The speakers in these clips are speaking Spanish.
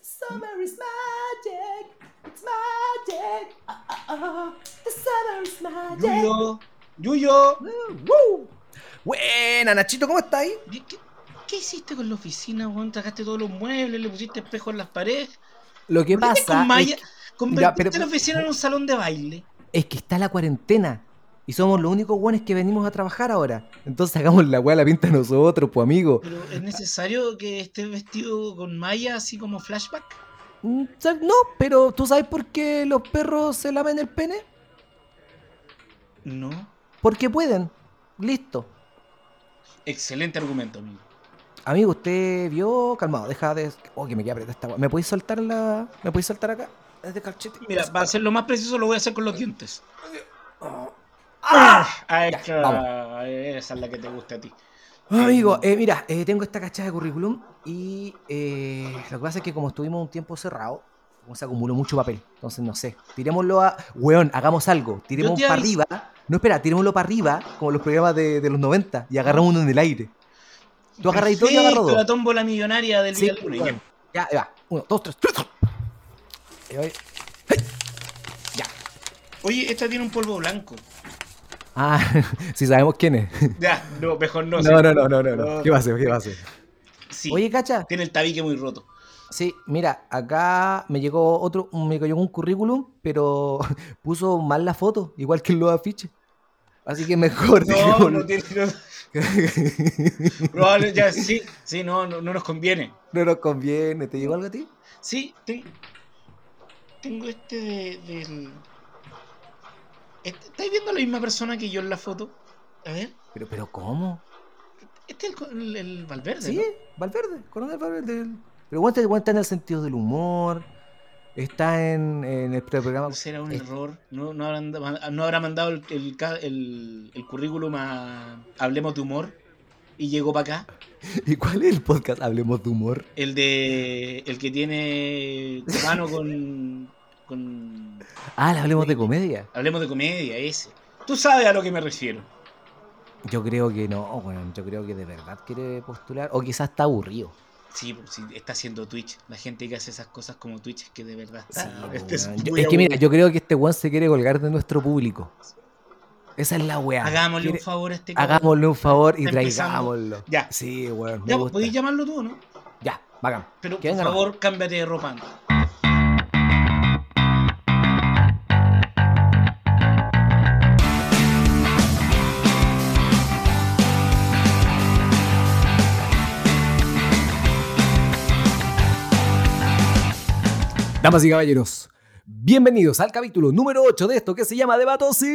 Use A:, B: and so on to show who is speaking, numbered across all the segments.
A: Summer is magic. It's magic. Ah, ah, ah. The summer is magic.
B: Yuyo, Yuyo.
A: Woo.
C: Buena, Nachito, ¿cómo estás ahí?
B: ¿Qué, qué hiciste con la oficina, weón? Tragaste todos los muebles, le pusiste espejo en las paredes.
C: Lo que
B: ¿Por qué
C: pasa
B: con Maya?
C: es, que-
B: Convertiste
C: pero-
B: la oficina en un salón de baile.
C: es que está la cuarentena. Y somos los únicos buenos que venimos a trabajar ahora. Entonces hagamos la weá a la pinta a nosotros, pues amigo.
B: Pero es necesario que estés vestido con Maya así como flashback.
C: Mm, ¿sabes? No, pero ¿tú sabes por qué los perros se lamen el pene?
B: No.
C: Porque pueden. Listo.
B: Excelente argumento, amigo.
C: Amigo, usted vio, calmado, deja de. Oh, que me queda apretada esta weá. ¿Me podéis soltar la. ¿Me podéis soltar acá? Desde cachete.
B: Mira, para ser lo más preciso, lo voy a hacer con los dientes. Ah,
C: Ya,
B: claro,
C: vamos.
B: esa es la que te gusta a ti.
C: Ah, Amigo, eh, mira, eh, tengo esta cachada de currículum y eh, lo que pasa es que como estuvimos un tiempo cerrado, como se acumuló mucho papel, entonces no sé, tirémoslo a... Weón, hagamos algo, tiremos
B: te
C: para
B: avis-
C: arriba, no espera, tirémoslo para arriba, como los programas de, de los 90, y agarramos uno en el aire. Tú agarras y todo y yo agarro
B: Perfecto,
C: dos.
B: La tómbola millonaria del
C: Sí,
B: día lunes.
C: weón. Ya, ahí va, uno, dos, tres. Y voy.
B: Ya. Oye, esta tiene un polvo blanco.
C: Ah, si sabemos quién es.
B: Ya, no, mejor no. sí.
C: No, no, no, no, no, no. ¿Qué va a hacer? ¿Qué va a hacer?
B: Sí,
C: Oye, cacha.
B: tiene el tabique muy roto.
C: Sí, mira, acá me llegó otro, me llegó un currículum, pero puso mal la foto, igual que en los afiches. Así que mejor.
B: No,
C: dejémoslo.
B: no tiene. no- probable, ya, sí, sí, no, no, no nos conviene.
C: No nos conviene. ¿Te llegó algo a ti?
B: Sí, ten- tengo este de, del. Este- ¿Estáis viendo a la misma persona que yo en la foto? A ver,
C: Pero, pero ¿cómo?
B: este es el, co- el- el Valverde.
C: Sí,
B: ¿no?
C: Valverde, coronel Valverde. el- Pero bueno, este weón está en el sentido del humor, está en, en el programa.
B: No será un
C: Eh.
B: error. No, no, habrán- no habrá mandado el, el ca- el- el currículum a Hablemos de Humor y llegó para acá.
C: ¿Y cuál es el podcast? Hablemos de humor.
B: El de. El que tiene mano con. con.
C: Ah, le hablemos de comedia.
B: Hablemos de comedia, ese. Tú sabes a lo que me refiero.
C: Yo creo que no, weón, yo creo que de verdad quiere postular, o quizás está aburrido.
B: Sí, pues, sí, está haciendo Twitch. La gente que hace esas cosas como Twitch es que de verdad
C: Sí,
B: está.
C: po,
B: este es
C: Ah, weón. Yo-
B: muy
C: es que mira,
B: aburrido.
C: yo creo que este weón se quiere colgar de nuestro público. Esa es la weá.
B: Hagámosle un
C: Quiere-
B: favor a este cabrón.
C: Hagámosle un favor y
B: Está empezando.
C: traigámoslo.
B: Ya.
C: Sí, weón. me
B: Ya,
C: gusta.
B: podéis llamarlo tú, ¿no?
C: Ya, bacán.
B: Pero
C: Que
B: por
C: venga nomás.
B: favor, cámbiate de ropa antes.
C: Damas y caballeros, bienvenidos al capítulo número 8 de esto que se llama Debatosis.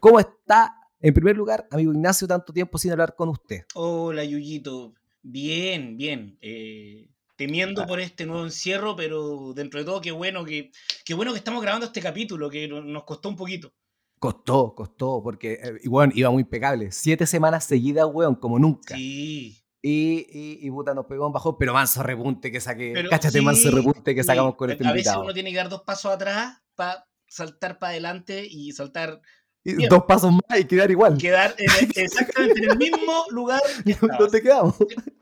C: ¿Cómo está? En primer lugar, amigo Ignacio, tanto tiempo sin hablar con usted.
B: Hola, Yuyito. Bien, bien. Eh,
C: Ah.
B: temiendo por este nuevo encierro, pero dentro de todo, qué bueno que, qué bueno que estamos grabando este capítulo, que no- nos costó un poquito.
C: Costó, costó, porque, eh, y weón, iba muy impecable. Siete semanas seguidas, weón, como nunca.
B: Sí.
C: Y, y, y puta, nos pegó un bajón, pero manso repunte que saqué.
B: Pero
C: Cáchate,
B: sí,
C: manso repunte que
B: sí.
C: sacamos con
B: A-
C: este
B: A veces
C: invitado.
B: uno tiene que dar dos pasos atrás para saltar para adelante y saltar,
C: Y
B: tiene-
C: dos pasos más y quedar igual.
B: quedar en el- exactamente en el mismo lugar. que
C: No
B: estabas.
C: te quedamos.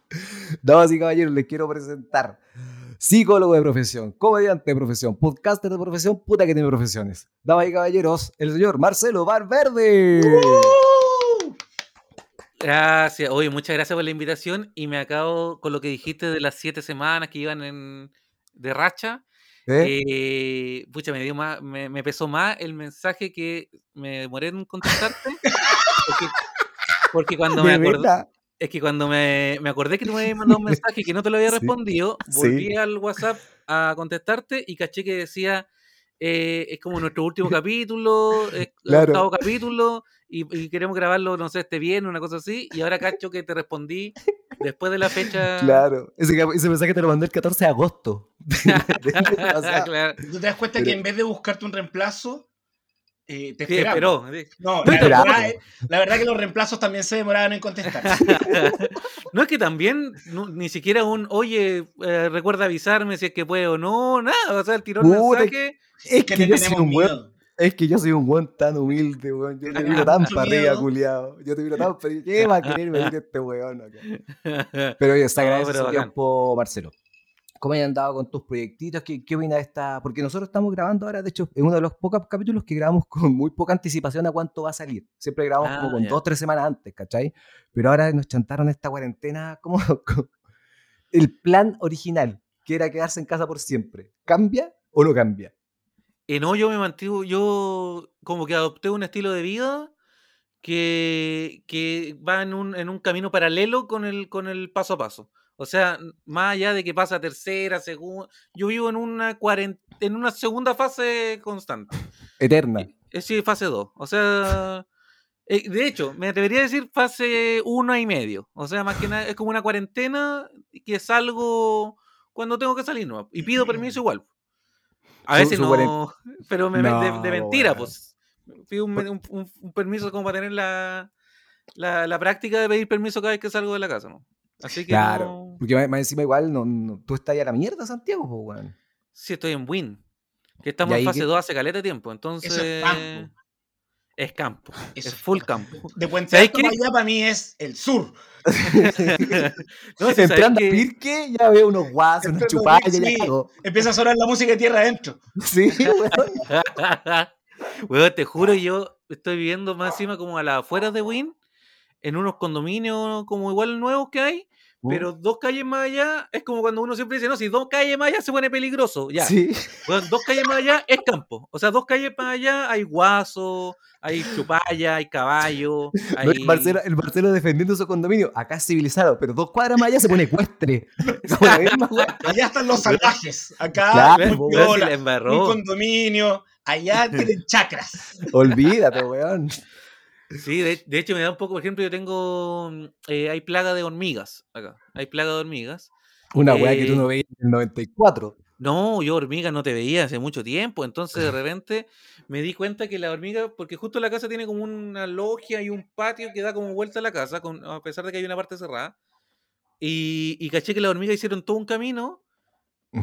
C: Damas y caballeros, les quiero presentar psicólogo de profesión, comediante de profesión, podcaster de profesión, puta que tiene profesiones. Damas y caballeros, el señor Marcelo Valverde.
B: ¡Uh!
D: Gracias, oye, muchas gracias por la invitación y me acabo con lo que dijiste de las siete semanas que iban en, de racha.
C: ¿Eh?
D: Eh, pucha, me, dio más, me, me pesó más el mensaje que me demoré en contestarte. porque, porque cuando me
C: De
D: acordé,
C: verdad.
D: es que cuando me, me acordé que tú me habías mandado un mensaje que no te lo había
C: Sí,
D: respondido,
C: sí.
D: volví al WhatsApp a contestarte y caché que decía, eh, es como nuestro último capítulo, es el
C: Claro.
D: octavo capítulo, y, y queremos grabarlo, no sé, este bien, una cosa así, y ahora cacho que te respondí después de la fecha.
C: Claro. Ese, cap- ese mensaje te lo mandé el 14 de agosto. del año pasado.
D: Claro.
B: ¿Tú te das cuenta que
C: Pero-
B: en vez de buscarte un reemplazo, eh, te
D: Sí,
B: esperamos?
D: esperó.
B: No,
C: Te
B: la
C: esperamos.
B: verdad, es- la verdad que los reemplazos también se demoraban en contestar.
D: No es que también no- ni siquiera un, oye, eh, recuerda avisarme si es que puede o no, nada, o sea, el tirón
C: Puta,
D: mensaje.
C: Es que,
B: te
C: yo soy
B: tenemos
C: un weón.
B: miedo.
C: Es que yo soy un weón tan humilde, weón. Yo te miro tan para arriba, culiado. Yo te miro tan para arriba. ¿Qué va a querer venir este weón acá? Pero oye, se
D: No,
C: agradece
D: pero
C: su
D: bacán.
C: tiempo, Marcelo. ¿Cómo hayan andado con tus proyectitos? ¿Qué, ¿Qué opina de esta? Porque nosotros estamos grabando ahora, de hecho, es uno de los pocos capítulos que grabamos con muy poca anticipación a cuánto va a salir. Siempre grabamos como
D: Ah,
C: con
D: ya.
C: dos, tres semanas antes, ¿cachai? Pero ahora nos chantaron esta cuarentena como el plan original, que era quedarse en casa por siempre. ¿Cambia o no cambia?
D: Eh, no, yo me mantuve, yo como que adopté un estilo de vida que, que va en un, en un camino paralelo con el, con el paso a paso. O sea, n- más allá de que pasa a tercera, segunda, yo vivo en una, cuaren- en una segunda fase constante.
C: Eterna.
D: Es decir, Eh, fase 2. O sea, eh, de hecho, me atrevería a decir fase 1 y medio. O sea, más que nada, es como una cuarentena que salgo cuando tengo que salir, ¿no? Y pido permiso igual. A
C: Su-
D: veces
C: su
D: no,
C: cuaren-
D: pero me, me- de-
C: No,
D: de, mentira,
C: bueno.
D: pues. Pido un, un- un- un permiso como para tener la, la, la práctica de pedir permiso cada vez que salgo de la casa, ¿no? Así que
C: Claro.
D: no-
C: Porque más, más encima igual, no, no- tú estás ahí a la mierda, Santiago, po, weón.
D: Sí, estoy en Win. Que estamos
C: ahí
D: en fase
C: que-
D: 2 hace caleta de tiempo. Entonces.
B: campo.
D: Es campo.
B: Eso es
D: Es full campo.
B: De Puente
D: ¿Sabes
B: Alto
D: qué?
B: para allá para mí es el sur.
D: no, si sabes
C: Entrando a
D: que-
C: Pirque, ya veo unos guasos, unos
B: Entrando a
C: chupados,
B: Pirque,
C: ya
B: sí.
C: cago.
B: Empieza a sonar la música de tierra adentro.
C: Sí, weón.
D: Weón, te juro, yo estoy viviendo más encima como a las afueras de Wynn, en unos condominios como igual nuevos que hay,
C: Uh.
D: pero dos calles más allá es como cuando uno siempre dice, no, si dos calles más allá se pone peligroso, ya.
C: Sí.
D: Weón, dos calles más allá es campo. O sea, dos calles más allá hay guaso, hay chupalla, hay caballo, hay...
C: No, el, Marcelo, el Marcelo defendiendo su condominio, acá es civilizado, pero dos cuadras más allá se pone ecuestre. Como la misma weá.
B: Allá están los salvajes. Acá,
C: Claro,
B: muy
C: po,
D: Weón, si
B: piola,
D: la
B: un
D: embarró.
B: condominio. Allá tienen chacras.
C: Olvídate, weón.
D: Sí, de, de hecho me da un poco, por ejemplo, yo tengo, mm, eh, hay plaga de hormigas acá, hay plaga de hormigas.
C: Una weá que tú
D: Eh,
C: no veías en el 94.
D: No, yo hormigas no te veía hace mucho tiempo, entonces de repente me di cuenta que la hormiga, porque justo la casa tiene como una logia y un patio que da como vuelta a la casa, con- a pesar de que hay una parte cerrada, y, y caché que las hormigas hicieron todo un camino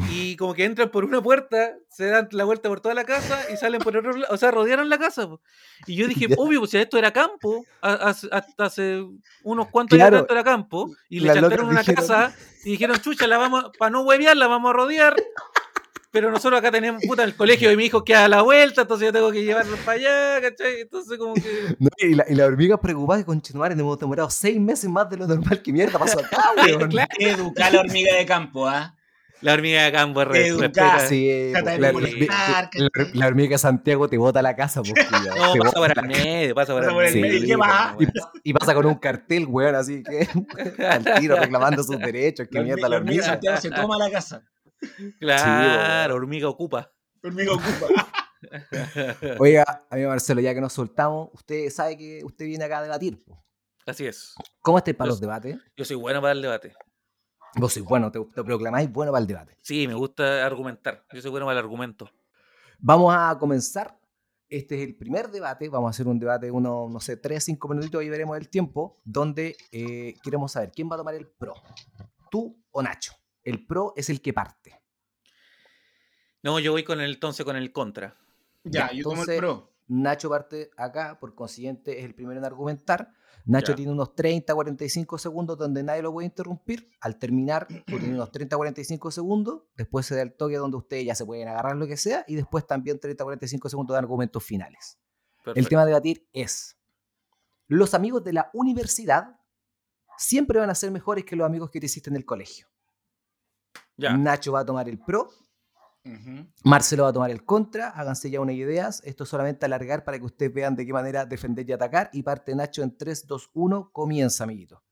D: y como que entran por una puerta, se dan la vuelta por toda la casa y salen por otro lado, o sea, rodearon la casa. po. Y yo dije,
C: Ya.
D: obvio, pues si esto era campo, a- hace- hasta hace unos cuantos años
C: Claro.
D: atrás esto era campo, y le
C: Las locas
D: chantaron una
C: dijeron-
D: casa y dijeron, chucha, la vamos, para no huevear, la vamos a rodear. Pero nosotros acá tenemos, puta, el colegio de mi hijo queda a la vuelta, entonces yo tengo que llevarlos para allá, ¿cachai? Entonces como que...
C: No, y, la, y la hormiga preocupada que continuar, hemos demorado seis meses más de lo normal. que mierda pasó acá, weón?
D: Claro.
B: Educar a la hormiga de campo, ¿ah?
D: La hormiga de campo es re-
B: Educar,
D: respeta-
C: Sí,
B: Trata
C: po,
B: de
C: la,
D: no
C: hormi-
B: molestar,
C: la- la- la hormiga de Santiago te bota a la casa, po, culiao,
D: No,
C: te
D: pasa
C: bota
D: por
C: la
D: el medio, pasa por
B: Pasa por
D: el
C: el
D: medio.
C: medio,
B: va.
D: pues,
C: Y pasa con un cartel, weón, así que al tiro reclamando sus derechos, que
B: La hormi-
C: mierda la
B: la hormiga de
C: hormiga.
B: Santiago se toma la casa.
D: weón. Claro, hormiga ocupa.
B: La hormiga ocupa.
C: Oiga, amigo Marcelo, ya que nos soltamos, usted sabe que usted viene acá a debatir. po.
D: Así es.
C: ¿Cómo estáis para
D: Yo
C: los
D: s-
C: debates?
D: Yo soy bueno para el debate.
C: Vos sois bueno, te, te proclamáis bueno para el debate.
D: Sí, me gusta argumentar. Yo soy bueno para el argumento.
C: Vamos a comenzar. Este es el primer debate. Vamos a hacer un debate de unos, no sé, 3, 5 minutitos y veremos el tiempo. Donde eh, queremos saber quién va a tomar el pro, tú o Nacho. El pro es el que parte.
D: No, yo voy con el entonces con el contra.
B: Ya,
C: Ya,
B: yo tomo
C: entonces-
B: el pro.
C: Nacho parte acá, por consiguiente es el primero en argumentar. Nacho
D: Ya.
C: tiene unos 30, 45 segundos donde nadie lo puede interrumpir. Al terminar, tú tienes unos 30, 45 segundos. Después se da el toque donde ustedes ya se pueden agarrar lo que sea. Y después también 30, 45 segundos de argumentos finales. El
D: Perfecto.
C: tema a debatir es, los amigos de la universidad siempre van a ser mejores que los amigos que te hiciste en el colegio.
D: Ya.
C: Nacho va a tomar el pro,
B: Ujú.
C: Marcelo va a tomar el contra, háganse ya unas ideas, esto es solamente alargar para que ustedes vean de qué manera defender y atacar, y parte Nacho en 3, 2, 1, comienza, amiguito.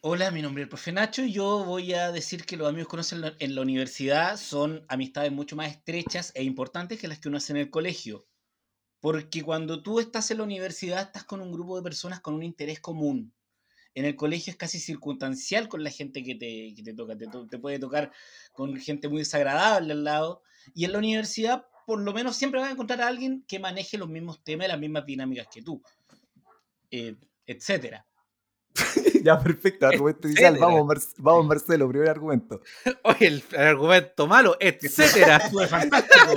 B: Hola, mi nombre es el profe Nacho y yo voy a decir que los amigos que uno hace en la- en la universidad son amistades mucho más estrechas e importantes que las que uno hace en el colegio. Porque cuando tú estás en la universidad estás con un grupo de personas con un interés común. En el colegio es casi circunstancial con la gente que te, que te toca. Te, to- te puede tocar con gente muy desagradable al lado. Y en la universidad por lo menos siempre vas a encontrar a alguien que maneje los mismos temas y las mismas dinámicas que tú. eh, etcétera.
C: ya, perfecto, argumento inicial,
D: Etcétera.
C: vamos, Mar- vamos Marcelo, primer argumento.
D: Oye, el, el argumento malo, etcétera.
B: Estuve fantástico.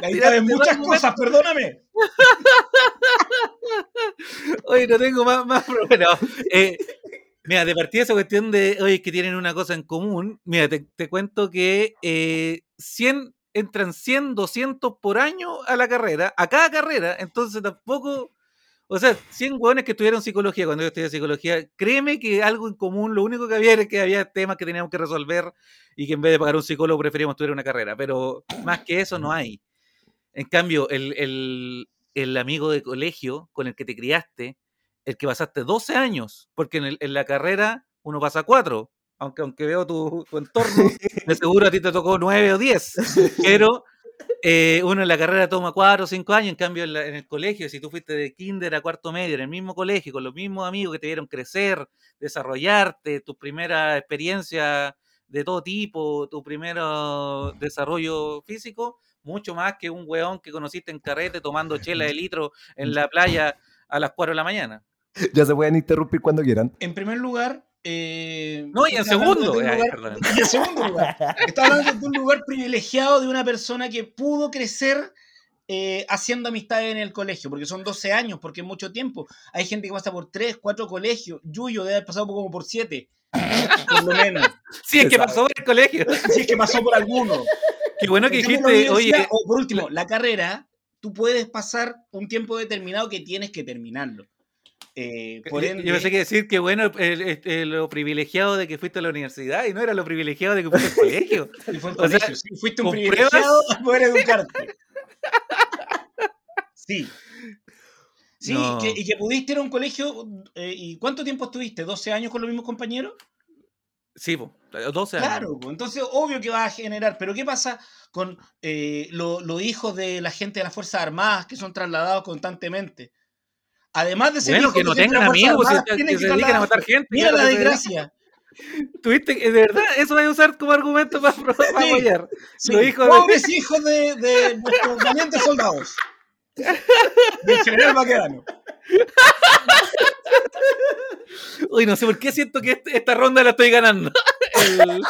B: Ahí sabes muchas cosas, perdóname.
D: Oye, no tengo más, más pero bueno, eh, mira, de partida esa cuestión de, oye, que tienen una cosa en común, mira, te, te cuento que eh, 100, entran 100, 200 por año a la carrera, a cada carrera, entonces tampoco, o sea, 100 hueones que estudiaron psicología cuando yo estudié psicología, créeme que algo en común, lo único que había era que había temas que teníamos que resolver y que en vez de pagar un psicólogo preferíamos estudiar una carrera, pero más que eso no hay. En cambio, el, el- el amigo de colegio con el que te criaste, el que pasaste 12 años, porque en, el- en la carrera uno pasa 4, aunque, aunque veo tu, tu entorno, de seguro a ti te tocó 9 o 10, pero eh, uno en la carrera toma 4 o 5 años, en cambio en, la- en el colegio, si tú fuiste de kinder a cuarto medio, en el mismo colegio, con los mismos amigos que te vieron crecer, desarrollarte, tus primeras experiencias de todo tipo, tu primer desarrollo físico, mucho más que un weón que conociste en carrete tomando chela de litro en la playa a las 4 de la mañana.
C: Ya se pueden interrumpir cuando quieran.
B: En primer lugar. eh,
D: No, y en
B: estás hablando
D: segundo. eh.
B: de un
D: ay,
B: lugar-
D: perdón.
B: y en segundo lugar. Está hablando de un lugar privilegiado de una persona que pudo crecer eh, haciendo amistades en el colegio, porque son 12 años, porque es mucho tiempo. Hay gente que pasa por 3, 4 colegios. Yuyo debe haber pasado como por 7, por lo menos.
D: Sí, es
C: Se
D: que
C: sabe.
D: pasó por el colegio.
B: Así es que pasó por alguno.
D: Qué bueno que
B: En cambio, la
D: dijiste, oye, eh,
B: universidad, o por último, la carrera, tú puedes pasar un tiempo determinado que tienes que terminarlo. Eh, por
D: yo-
B: ende,
D: yo pensé que decir que bueno el- este, lo privilegiado de que fuiste a la universidad y no era lo privilegiado de que fuiste al colegio.
B: Y fue el
D: O sea,
B: colegio, sí, fuiste un
D: con
B: privilegiado
D: pruebas.
B: a poder educarte. Sí. Sí, y
D: No.
B: que- y que pudiste ir a un colegio. eh, ¿Y cuánto tiempo estuviste? ¿12 años con los mismos compañeros?
D: Sí, po, 12 años.
B: Claro, pues, entonces obvio que va a generar, pero ¿qué pasa con eh, lo- los hijos de la gente de las Fuerzas Armadas que son trasladados constantemente? Además de ser
D: Bueno,
B: hijos
D: que
B: de
D: no
B: gente de
D: tengan
B: las Fuerzas
D: amigos, si
B: Armadas,
D: está-
B: tienen que
D: que se dedican a
B: trasladar-
D: matar gente.
B: Mira
D: claro,
B: la
D: se dedican-
B: desgracia.
D: Tuviste que- de verdad, eso voy a usar como argumento para, pro- para
B: Sí.
D: apoyar.
B: Sí,
D: Los hijos de-
B: pobres hijos de, de nuestros valientes soldados. Del general Baquedano.
D: Uy, no sé por qué siento que este- esta ronda la estoy ganando. El-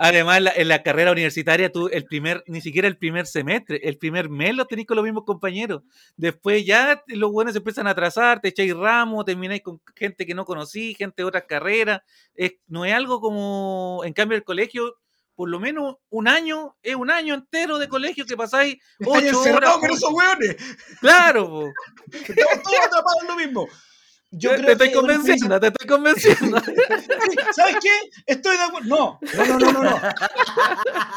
D: Además, la- en la carrera universitaria, tú, el primer, ni siquiera el primer semestre, el primer mes lo tenés con los mismos compañeros. Después ya te- los buenos se empiezan a atrasar, te echáis ramos, termináis con gente que no conocí, gente de otras carreras. Es- no es algo como, en cambio, el colegio, por lo menos un año, es un año entero de colegio que pasáis
B: Están
D: ocho horas.
B: encerrados con esos hueones.
D: Claro, po.
B: Estamos todos atrapados en lo mismo. Yo
D: te,
B: creo
D: te estoy
B: que es una
D: convenciendo, te estoy convenciendo.
B: ¿Sabes qué? Estoy de acuerdo. No, no, no, no, no. No,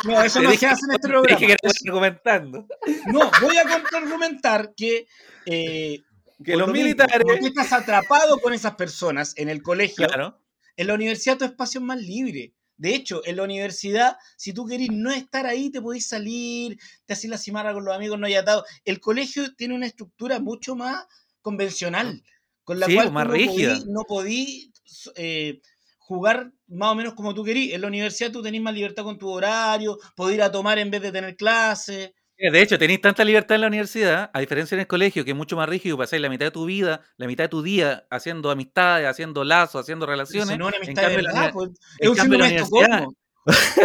B: no eso
D: Te
B: no
D: dije-
B: se hace en este
D: Dije
B: programa.
D: que era argumentando.
B: No, voy a contraargumentar que, eh,
D: Que
B: por
D: los
B: lo mismo,
D: militares.
B: como tú estás atrapado con esas personas en el colegio.
D: Claro.
B: En la universidad tu espacio es más libre. De hecho, en la universidad, si tú querís no estar ahí, te podés salir, te haces la cimarra con los amigos no hay atado. El colegio tiene una estructura mucho más convencional, con la
D: Sí,
B: cual
D: pues, más
B: tú no
D: rígida.
B: podí- no podí s- eh, jugar más o menos como tú querís. En la universidad tú tenés más libertad con tu horario, podés ir a tomar en vez de tener clases.
D: Eh, De hecho, tenéis tanta libertad en la universidad, a diferencia en el colegio, que es mucho más rígido, pasáis la mitad de tu vida, la mitad de tu día haciendo amistades, haciendo lazos, haciendo
B: Eso
D: relaciones.
B: no es una
D: en
B: amistad
D: cambio,
B: de
D: en la
B: verdad,
D: uni-
B: pues,
D: en
B: es un
D: cambio, en
B: síndrome
D: la
B: de
D: universidad-
B: Estocolmo.
D: en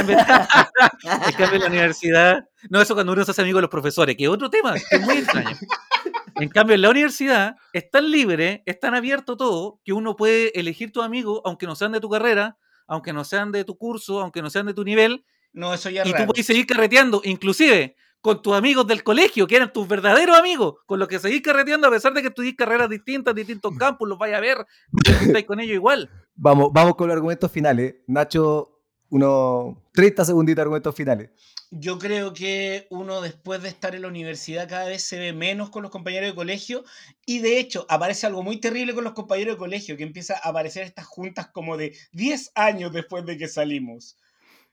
D: cambio- en cambio, en la universidad. No, eso cuando uno se hace amigo de los profesores, que es otro tema, que es muy extraño. En cambio, en la universidad es tan libre, es tan abierto todo, que uno puede elegir tus amigos, aunque no sean de tu carrera, aunque no sean de tu curso, aunque no sean de tu nivel,
B: No, eso ya es
D: y tú
B: raro.
D: podés seguir carreteando, inclusive con tus amigos del colegio, que eran tus verdaderos amigos, con los que seguís carreteando a pesar de que estudies carreras distintas, distintos campus, los vayas a ver, estáis con ellos igual.
C: Vamos, vamos con los argumentos finales. Nacho, unos 30 segunditos de argumentos finales.
B: Yo creo que uno después de estar en la universidad cada vez se ve menos con los compañeros de colegio y de hecho aparece algo muy terrible con los compañeros de colegio que empieza a aparecer estas juntas como de 10 años después de que salimos.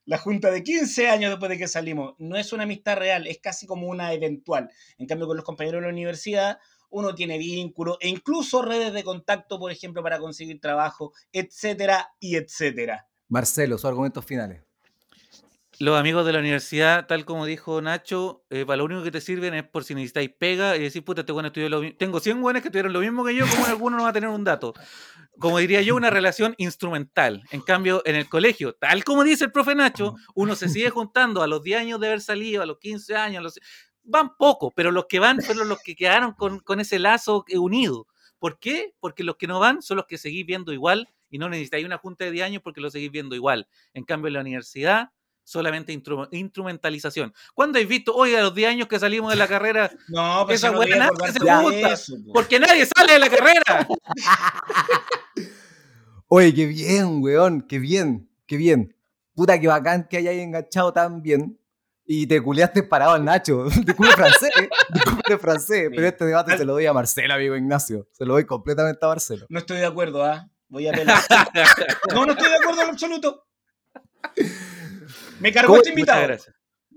B: La junta de 15 años después de que salimos. No es una amistad real, es casi como una eventual. En cambio con los compañeros de la universidad uno tiene vínculos e incluso redes de contacto, por ejemplo, para conseguir trabajo, etcétera y etcétera.
C: Marcelo, sus argumentos finales.
D: Los amigos de la universidad, tal como dijo Nacho, eh, para lo único que te sirven es por si necesitáis pega y decís, puta, este weón estudió lo mismo. Tengo 100 weones que tuvieron lo mismo que yo, como en alguno no va a tener un dato. Como diría yo, una relación instrumental. En cambio, en el colegio, tal como dice el profe Nacho, uno se sigue juntando a los 10 años de haber salido, a los 15 años, a los... van pocos, pero los que van fueron los que quedaron con, con ese lazo que- unido. ¿Por qué? Porque los que no van son los que seguís viendo igual y no necesitáis una junta de 10 años porque lo seguís viendo igual. En cambio, en la universidad, solamente intru- instrumentalización. ¿Cuándo habéis visto hoy a los 10 años que salimos de la carrera?
B: No, pero
D: Esa
B: si no voy a
D: weá
B: acordar
D: se
B: de
D: junta,
B: eso, po.
D: Porque nadie sale de la carrera.
C: Oye, qué bien, weón, qué bien, qué bien. Puta, qué bacán que hayáis enganchado tan bien. Y te culeaste parado al Nacho. Disculpe francés, ¿eh? disculpe francés. Pero este debate se lo doy a Marcelo, amigo Ignacio. Se lo doy completamente a Marcelo.
B: No estoy de acuerdo, ¿ah? Voy a pelar. no, no estoy de acuerdo en absoluto. Me cargó
C: ¿Cómo?
B: este
D: Muchas
B: invitado.
D: gracias.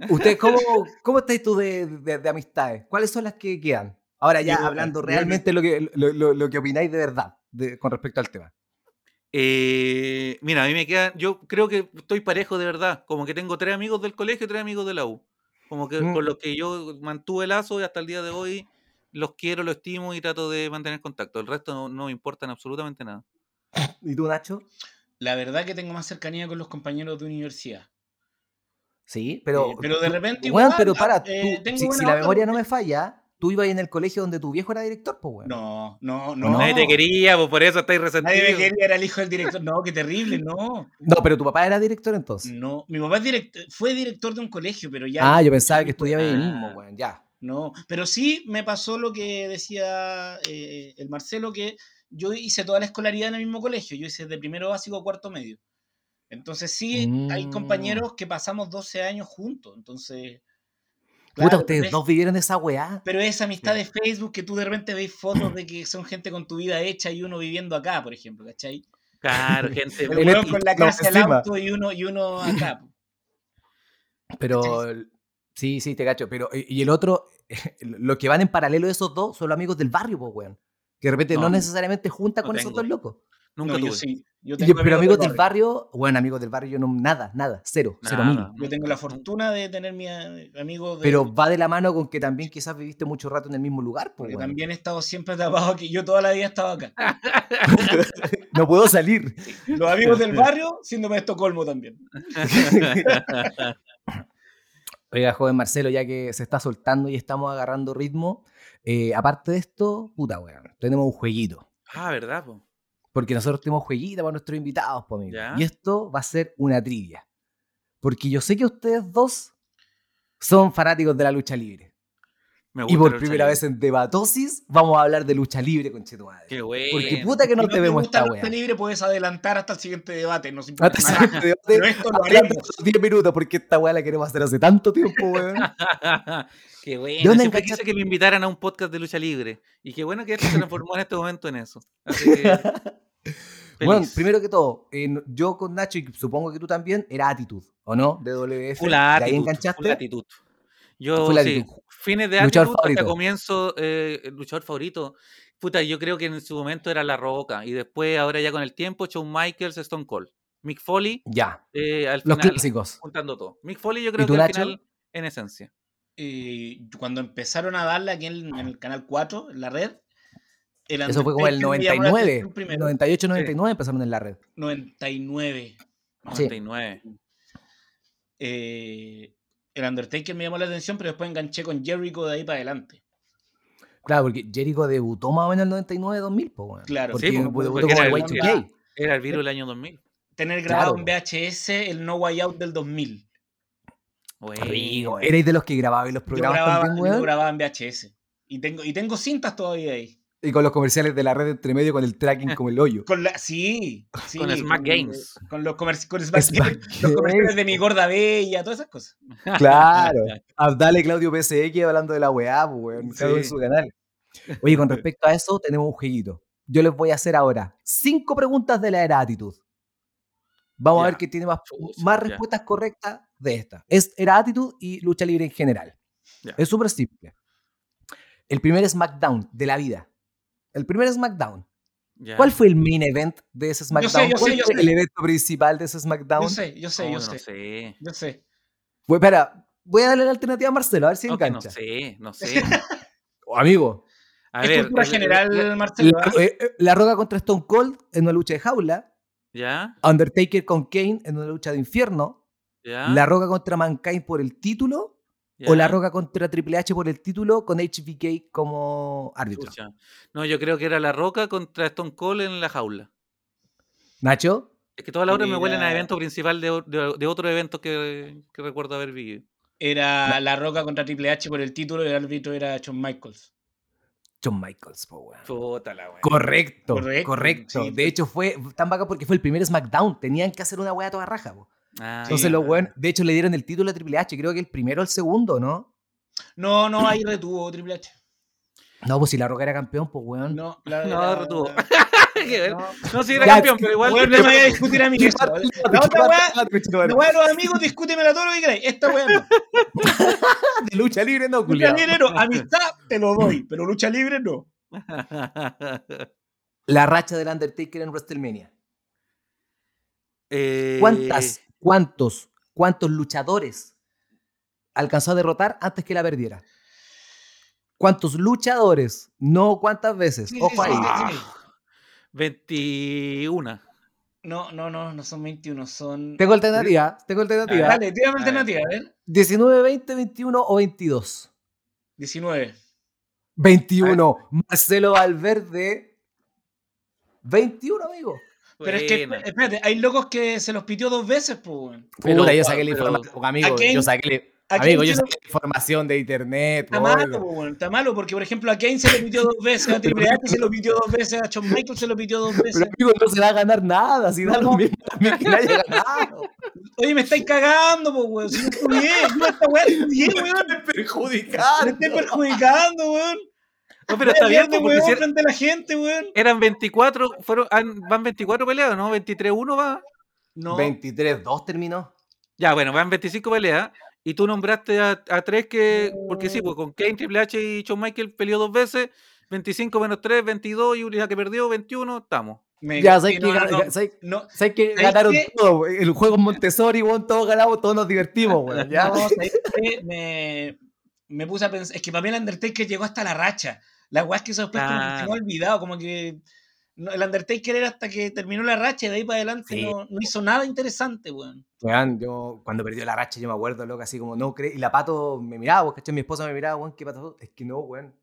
C: ¿Usted cómo, cómo estáis tú de, de- de amistades? ¿Cuáles son las que quedan? Ahora ya
B: Yo-
C: hablando
B: yo-
C: eh, realmente lo que, lo, lo- lo que opináis de verdad de- con respecto al tema.
D: Eh, mira, a mí me queda, yo creo que estoy parejo de verdad, como que tengo tres amigos del colegio y tres amigos de la U, como que
C: Mm.
D: con los que yo mantuve lazo y hasta el día de hoy los quiero, los estimo y trato de mantener contacto. El resto no, no me importan absolutamente nada.
C: ¿Y tú, Nacho?
B: La verdad que tengo más cercanía con los compañeros de universidad.
C: Sí,
B: Pero,
C: pero.
B: pero de repente
C: Weón,
B: igual.
C: pero para,
B: ah, eh,
C: tú,
B: tengo
C: si,
B: buena
C: si la
B: onda
C: memoria
B: con-
C: no me falla, tú ibas en el colegio donde tu viejo era director, pues, weón.
B: No, no,
C: no?
B: no.
D: Nadie te quería, pues por eso estáis resentidos.
B: Nadie me quería, era el hijo del director. No, qué terrible, no.
C: No, pero tu papá era director entonces.
B: No, mi papá es direct- fue director de un colegio, pero Mm, ya
C: ah, yo pensaba que estudiaba ahí
B: Ah.
C: mismo, weón, ya.
B: No, pero sí me pasó lo que decía eh, el Marcelo, que yo hice toda la escolaridad en el mismo colegio, yo hice de primero básico a cuarto medio. Entonces sí, hay
C: Mm.
B: compañeros que pasamos 12 años juntos, entonces...
C: Puta,
B: claro,
C: ustedes
B: ves-
C: dos vivieron de esa weá.
B: Pero esa amistad de Facebook que tú de repente veis fotos de que son gente con tu vida hecha y uno viviendo acá, por ejemplo, ¿cachai?
D: Claro, gente.
B: El
C: El
B: weón
C: Epi-
B: con la
C: la
B: casa, el
C: autoestima.
B: auto y uno, y uno acá. po.
C: Pero sí, sí, te cacho. Pero, y y el otro, los que van en paralelo de esos dos son los amigos del barrio, pues, weón. Que de repente no,
D: No,
C: necesariamente junta
D: no
C: con esos
D: tengo.
C: dos locos.
D: Nunca
B: No,
D: tuve.
B: yo sí. Yo
C: Y-
B: tengo
C: pero amigos del
B: barrio.
C: barrio, bueno, amigos del barrio, yo no, nada, nada, cero, cero
D: Nada,
C: mil.
B: Yo tengo
D: nunca,
B: la
D: nunca.
B: fortuna de tener mis eh, amigos de...
C: Pero va de la mano con que también quizás viviste mucho rato en el mismo lugar, pues,
B: Porque
C: weón.
B: también he estado siempre tapado aquí. Yo toda la vida he estado acá.
C: No puedo salir.
B: Los amigos del barrio, síndrome de Estocolmo también.
C: Oiga, joven Marcelo, ya que se está soltando y estamos agarrando ritmo, eh, aparte de esto, puta weón, tenemos un jueguito.
D: ah, ¿verdad? po?
C: Porque nosotros tenemos jueguita para nuestros invitados, pues, amigo.
D: Ya.
C: Y esto va a ser una trivia. Porque yo sé que ustedes dos son fanáticos de la lucha libre.
D: Me
C: Y
D: gusta la
C: por
D: lucha
C: primera
D: libre.
C: vez en Debatosis vamos a hablar de lucha libre, conchetumadre.
D: Qué
C: Porque
D: bueno.
C: puta que no,
B: si
C: te vemos
B: gusta
C: esta
B: la lucha
C: weá.
B: libre, puedes adelantar hasta el siguiente debate. No
C: No te
B: nada.
C: saques de
B: Pero
C: debate,
B: esto lo
C: adelante
B: haremos.
C: los 10 minutos, porque esta weá la queremos hacer hace tanto tiempo, weón.
D: qué bueno.
C: dónde
D: siempre quise
C: enganchaste?
D: que me invitaran a un podcast de lucha libre. Y qué bueno que esto se transformó en este momento en eso. Así que,
C: Bueno,
D: feliz.
C: primero que todo, eh, no- yo con Nacho y supongo que tú también, era actitud, ¿o no? De WF.
D: Full
C: ¿De ahí
D: Attitude,
C: enganchaste.
D: full Attitude. Yo,
C: Full
D: sí,
C: Attitude.
D: fines de
C: Luchador
D: actitud hasta
C: favorito.
D: comienzo, eh, el luchador favorito. Puta, yo creo que en su momento era La Roca. Y después, ahora ya con el tiempo, Shawn Michaels, Stone Cold. Mick Foley,
C: Ya,
D: eh, al
C: los
D: final,
C: clásicos.
D: juntando todo. Mick Foley, yo creo
C: tú,
D: que al
C: Nacho?
D: final, en esencia.
B: Y cuando empezaron a darla aquí en, en el canal 4, en la red. el
C: Eso fue como el
B: Undertaker me llamó la
C: 99.
B: atención primero.
C: 98, 99 empezaron en la red.
B: 99.
C: Sí.
D: 99.
B: Eh, el Undertaker me llamó la atención, pero después enganché con Jericho de ahí para adelante.
C: Claro, porque Jericho debutó más o menos en el 99, 2000, pues, weón.
B: Claro.
C: porque
D: Sí, pues,
C: debutó
D: porque
C: como
D: era
C: el
D: el
C: Y2K.
D: Era el
C: Eh,
D: virus del año 2000.
B: Tener grabado
C: Claro.
B: en VHS el No Way Out del 2000.
D: Bueno.
C: Rico. Erais de los que grababais los
B: Yo
C: programas
B: grababa,
C: también,
B: yo
C: weón.
B: grababa en VHS. Y tengo, y tengo cintas todavía ahí.
C: Y con los comerciales de la red entre medio con el tracking como el hoyo.
B: Con la, sí, sí,
D: Con Smack Games.
B: Con los comerci- con Smack
C: Smack
B: Games, los comerciales
C: Games.
B: de mi gorda bella, todas esas cosas.
C: Claro. Abdale Ah, Claudio PSX hablando de la weá, pues, weón. cada uno en
D: Sí.
C: su canal. Oye, con respecto a eso, tenemos un jueguito. Yo les voy a hacer ahora cinco preguntas de la era actitud. Vamos a
D: Ya.
C: ver quién tiene más,
D: Chucha,
C: más
D: ya.
C: respuestas correctas de esta. Es era actitud y lucha libre en general.
D: Ya.
C: Es súper simple. El primer SmackDown de la vida. El primer SmackDown.
D: Ya.
C: ¿Cuál fue el main event de ese SmackDown?
B: yo sé,
C: ¿Cuál
B: yo
C: fue
B: sé.
C: el evento principal de ese
B: Yo
C: SmackDown?
B: sé, yo sé,
D: Oh, No,
B: yo
D: no
B: sé,
D: sé.
B: yo sé.
C: Pues espera, voy a darle la alternativa a Marcelo, a ver si
D: No, que no
C: engancha.
D: sé, no sé.
C: Amigo,
D: A
B: es
D: ver. eh,
B: cultura
D: el-
B: general, Marcelo. ¿ah?
C: la, eh, eh, La Roca contra Stone Cold en una lucha de jaula,
D: Ya,
C: Undertaker con Kane en una lucha de infierno,
B: ¿Ah?
D: ya.
C: La Roca contra Mankind por el título o
D: ya.
C: La Roca contra Triple H por el título con HBK como árbitro.
D: Chucha. No, yo creo que era La Roca contra Stone Cold en la jaula.
C: Nacho,
D: Es que todas las horas me huelen a
B: Mira.
D: evento principal de, o- de- de otro evento que, que recuerdo haber vivido.
B: Era La Roca contra Triple H por el título y el árbitro era Shawn Michaels.
C: John Michaels, po, weón.
D: Puta la wea.
C: Correcto, correcto.
B: Correcto, sí.
C: De hecho, fue tan vaca porque fue el primer SmackDown. Tenían que hacer una wea toda raja. po.
D: Ah,
C: Entonces,
B: Sí.
C: los weón, de hecho, le dieron el título a Triple H. Creo que el primero o el segundo, ¿no?
B: No, no, ahí retuvo Triple H.
C: No, pues si La Roca era campeón, pues weón.
B: No, la,
D: No,
B: la-
D: retuvo.
B: no.
D: que ver. No, sí, era
C: Ya,
D: campeón, pero igual.
B: Bueno, no me voy a discutir a mí eso. La otra weá, la weá de los amigos, discútemela todo lo que queráis. Esta weá no.
C: de lucha libre, no,
B: Lucha
C: culiao.
B: libre no. Amistad te lo doy,
D: Mm.
B: pero lucha libre no.
C: La racha del Undertaker en WrestleMania.
D: Eh,
C: ¿Cuántas, cuántos, cuántos luchadores alcanzó a derrotar antes que la perdiera? ¿Cuántos luchadores? No cuántas veces.
B: Sí, sí,
C: Ojo
B: sí,
C: ahí.
B: sí, sí.
D: 21.
B: No, no, no, no son 21, son.
C: Tengo alternativa, tengo alternativa.
B: Dale, tírame
D: A
B: alternativa, a ver.
C: 19, 20, 21 o 22.
B: 19.
C: 21. Marcelo Valverde. 21, amigo.
B: Pero es que,
D: Buena.
B: espérate, hay locos que se los pitió dos veces, pues, weón.
D: Pero,
C: Puta, yo saqué la
D: pero-
C: información. Amigo,
B: ¿A quién-
C: yo saqué, la-
B: ¿A quién
C: amigo, yo
B: se lo-
C: saqué la información de internet.
B: Está
C: boludo.
B: malo, po, weón, está malo, porque por ejemplo a Kane se lo pitió dos veces, a Triple H se lo pitió dos veces, a Shawn Michaels se lo pitió dos veces.
C: Pero amigo, no se va a ganar nada. Si da
B: No,
C: lo
B: no.
C: mismo también que la haya ganado.
B: Oye, me estáis cagando, po, weón. Si no estudié, yo esta weá estudié, weón. Me
C: Perjudicar.
B: estáis perjudicando, weón.
D: No, pero está bien,
B: Hablando,
D: porque
B: weón,
D: si er-
B: frente a la gente, weón.
D: eran 24, fueron, han- van 24 peleas, ¿no? 23-1 va.
B: No,
C: 23-2 terminó.
D: Ya, bueno, van 25 peleas. Y tú nombraste a, a tres que. Porque sí, pues con Kane, Triple H y Shawn Michael peleó dos veces. 25 menos 3, 22. Y una que perdió, 21. Estamos.
B: me-
C: Ya, ¿sabes
B: sí,
C: que,
B: no, no,
C: gan-
B: no,
C: ga- ¿sabes-
B: no,
C: sabes que
B: ¿Sabes
C: ganaron
B: qué?
C: todo? wey. El juego en Montessori, weón, todos ganamos, todos nos divertimos, weón. ya.
B: no, ¿sabes qué? me, me puse a pensar, es que para mí el Undertaker llegó hasta la racha. La weá es que eso después como que se me
D: Claro.
B: ha olvidado, como que no, el Undertaker era hasta que terminó la racha y de ahí para adelante
C: Sí.
B: no, no hizo nada interesante, weón.
C: Weón, yo cuando perdió la racha, yo me acuerdo, loco, así como no creí. Y la pato me miraba, weón, ¿cachai? Mi esposa me miraba, weón, ¿qué pato? Es que no, weón.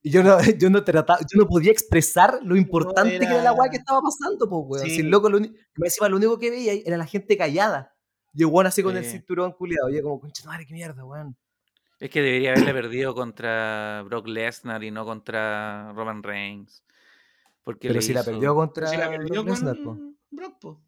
C: Y yo no, yo no trataba, yo no podía expresar lo importante que era la weá que
B: era-
C: estaba pasando, pues, weón. Si
B: Sí.
C: el loco, lo, uni- me encima lo único que veía ahí era la gente callada. Y el weón así con el
D: Sí.
C: cinturón culiado. Y yo como, concha tu madre, qué mierda, weón.
D: Es que debería haberle perdido contra Brock Lesnar y no contra Roman Reigns. Porque
C: Pero
D: le
C: si la
D: hizo-
C: perdió contra
B: Si la perdió
C: Brock Lesnar, po.
B: con Brock, po.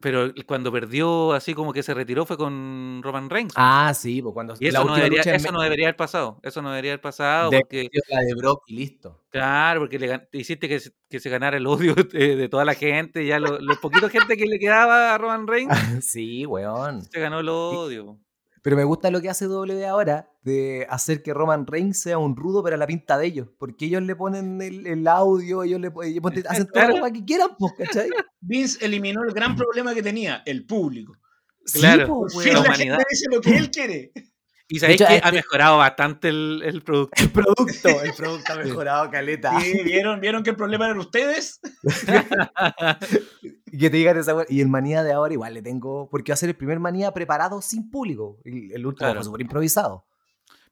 D: Pero el- cuando perdió, así como que se retiró, fue con Roman Reigns.
C: Ah, sí, pues cuando
D: y eso, no
C: última
D: debería,
C: lucha en
D: eso no debería haber pasado. Eso no debería haber pasado.
C: De-
D: porque,
C: Medio, la de Brock y listo.
D: claro, porque le gan- hiciste que, se- que se ganara el odio de, de toda la gente. Ya lo- los poquitos gente que le quedaba a Roman Reigns
C: sí, weón.
D: se ganó el odio.
C: Pero me gusta lo que hace W ahora de hacer que Roman Reigns sea un rudo, pero a la pinta de ellos. Porque ellos le ponen el, el audio, ellos le pon- ellos ponen- hacen toda la
D: Claro.
C: weá que quieran, pues, ¿cachai?
B: Vince eliminó el gran problema que tenía, el público.
D: Claro.
C: po,
B: Por
C: pues, weón.
B: fin
D: Mm. la
B: la
D: humanidad.
B: gente dice lo que él quiere.
D: Y sabéis
C: hecho,
D: que
C: este-
D: ha mejorado bastante el, el producto.
C: El producto, el producto ha mejorado, caleta.
B: Sí, ¿vieron, ¿Vieron que el problema eran ustedes?
C: Y que te digan esa weá. Y el manía de ahora igual le tengo, porque va a ser el primer manía preparado sin público. El, el último
D: Claro.
C: fue súper improvisado.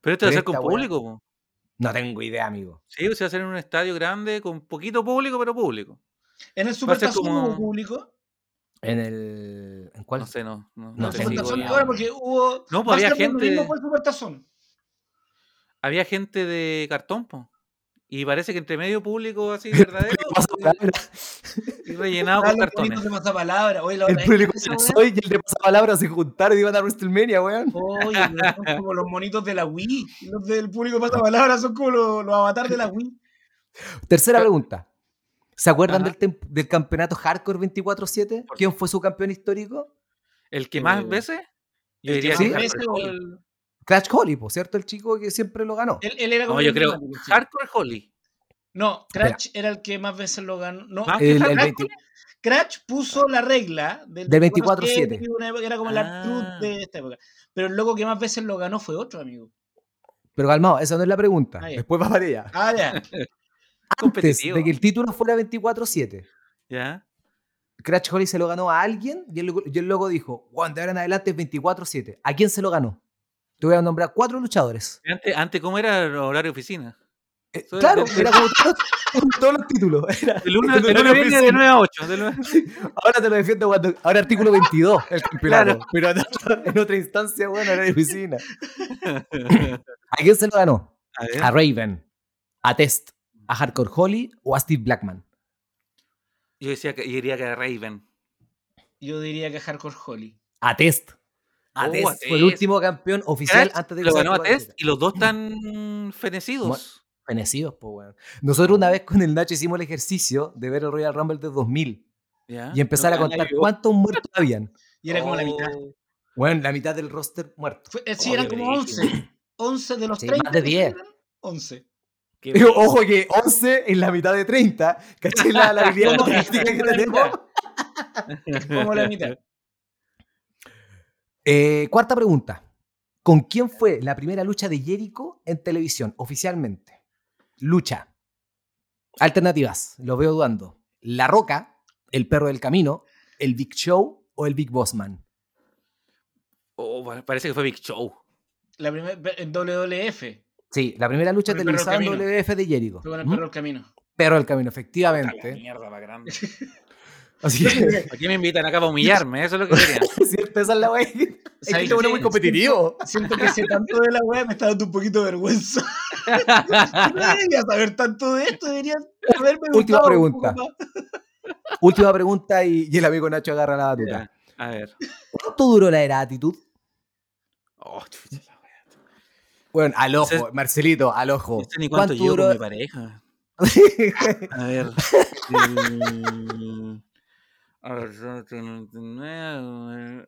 D: Pero esto va a
C: Pero
D: ser con
C: esta wea-
D: público. po.
C: No tengo idea, amigo.
D: Sí, o sea, va a ser en un estadio grande, con poquito público, pero público.
B: En el
D: Va a ser
B: Supertazón
D: como-
B: hubo público.
C: En el... ¿En cuál?
D: No sé, no. No,
C: No
B: En
D: te
B: el
C: tengo
D: sigo
B: Supertazón
C: idea,
B: de
D: ya.
B: ahora porque hubo...
D: No, pues
B: va a
D: había
B: ser lo mismo
D: gente-
B: con el Supertazón.
D: Había gente de cartón, po. Y parece que entre medio público así verdadero y rellenado
B: Ah,
D: con
B: los
D: cartones.
B: bonitos de pasapalabra. Oye, la
C: El
B: otra vez
C: público
B: que
C: de
B: esa
C: la
B: weá-
C: Soy y el de Pasapalabra se juntaron y iban a WrestleMania, weón.
B: Oye, pero son como los monitos de la Wii. Los del público de pasapalabra son como los, los avatares de la Wii.
C: Tercera pregunta. ¿Se acuerdan
D: Ajá.
C: del, tem- del campeonato Hardcore 24-7?
D: Por-
C: ¿Quién fue su campeón histórico?
D: El que más
B: Eh,
D: veces, yo
B: el que
D: diría
B: más
D: que
B: veces
D: Hardcore
B: o
D: Holly.
C: Crash Holly, po, ¿cierto? El chico que siempre lo ganó.
D: Eh,
B: Él, él era como...
D: No, yo
B: el
D: creo
B: emblemático, sí.
D: Hardcore Holly.
B: No, Cratch era el que más veces lo ganó. No,
D: ¿Más? Ah,
C: El,
D: quizás
C: el
D: Drácula.
C: 20
B: Cratch puso la regla del,
C: Del
B: 24/7,
C: 24/7.
B: una época- Era como la
D: Ah.
B: cruz de esta época. Pero el loco que más veces lo ganó fue otro amigo.
C: Pero calmado, esa no es la pregunta.
B: Ah, ya.
C: Después va para ella.
B: Ah, ya.
C: Antes
D: Competitivo.
C: de que el título fuera 24-7,
D: ¿Ya?
C: Crash Holly se lo ganó a alguien y el, loco- y el loco dijo: Juan, de ahora en adelante es 24-7. ¿A quién se lo ganó? Te voy a nombrar cuatro luchadores.
D: Antes, antes, ¿cómo era el horario de oficina?
C: Eh,
D: Soy-
C: claro, era como todos, como todos los títulos. Era-
D: De lunes,
C: el
D: de
C: horario
D: lunes
C: de
D: a viernes de
C: oficina.
D: 9 a 8. de lunes-
C: Ahora te lo defiendo cuando. Ahora artículo 22, el campeonato. Pero en otra, en otra instancia, bueno, era de oficina. ¿A quién se lo ganó?
D: A ver.
C: A Raven, a Test, a Hardcore Holly o a Steve Blackman.
D: Yo decía que yo diría que era Raven.
B: Yo diría que Hardcore Holly.
C: A Test. A
D: Oh,
C: Test
D: a
C: fue el
D: Test.
C: último campeón oficial
D: Crash
C: antes de que
D: Lo
C: se
D: ganó a
C: acabara el
D: Test y los dos están fenecidos.
C: Fenecidos, po, weón. Nosotros una vez con el Nacho hicimos el ejercicio de ver el Royal Rumble de 2000
D: Ah, ¿Ya?
C: y empezar
B: No,
C: a
B: nadie
C: contar
B: vio.
C: cuántos muertos habían.
B: Y era como la
D: Oh,
B: mitad.
C: Bueno, la mitad del roster muerto.
B: Fue- eh, sí, eran como
D: Pobrecito.
B: 11. 11 de los
C: Sí,
B: 30.
C: más de
B: que
C: 10.
B: eran, 11.
D: qué
C: Pero
B: Oh,
C: ojo que 11 en la mitad de 30. ¿Cachai la, la habilidad
B: Como la
C: logística que
B: mitad.
C: tenemos?
B: Como la mitad.
C: Eh, cuarta pregunta. ¿Con quién fue la primera lucha de Jericho en televisión oficialmente? Lucha. Alternativas. Lo veo dudando. La Roca, El Perro del Camino, El Big Show o El Big Bossman.
D: Oh, pa- parece que fue Big Show.
B: La primera en WWF.
C: Sí, la primera lucha
B: Con el Perro del
C: televisada en
B: Camino.
C: WF de Jericho.
B: Fue con el
C: ¿Mm?
B: perro del camino.
C: Perro del Camino,
D: A la
C: efectivamente.
D: mierda, más grande.
C: Así que,
D: ¿A quién me invitan acá para humillarme? Eso es lo que querían.
C: cierto, esa es la wey. Es que
B: ¿Sabes
C: este bueno es
B: qué?
C: muy competitivo.
B: Siento que sé tanto de la wea, me está dando un poquito de vergüenza. no debería saber tanto de esto, debería haberme
C: Última
B: gustado un poco
C: pregunta.
B: más.
C: Última pregunta y, y el amigo Nacho agarra la batuta.
D: Ya. A ver.
C: ¿Cuánto duró la era actitud?
D: Oh, chucha la wea.
C: Bueno, al ojo,
D: Ese-
C: Marcelito, al ojo.
B: Oh,
D: No sé ni cuánto llevo
C: duró?
D: con mi pareja. A ver. Mm. eh,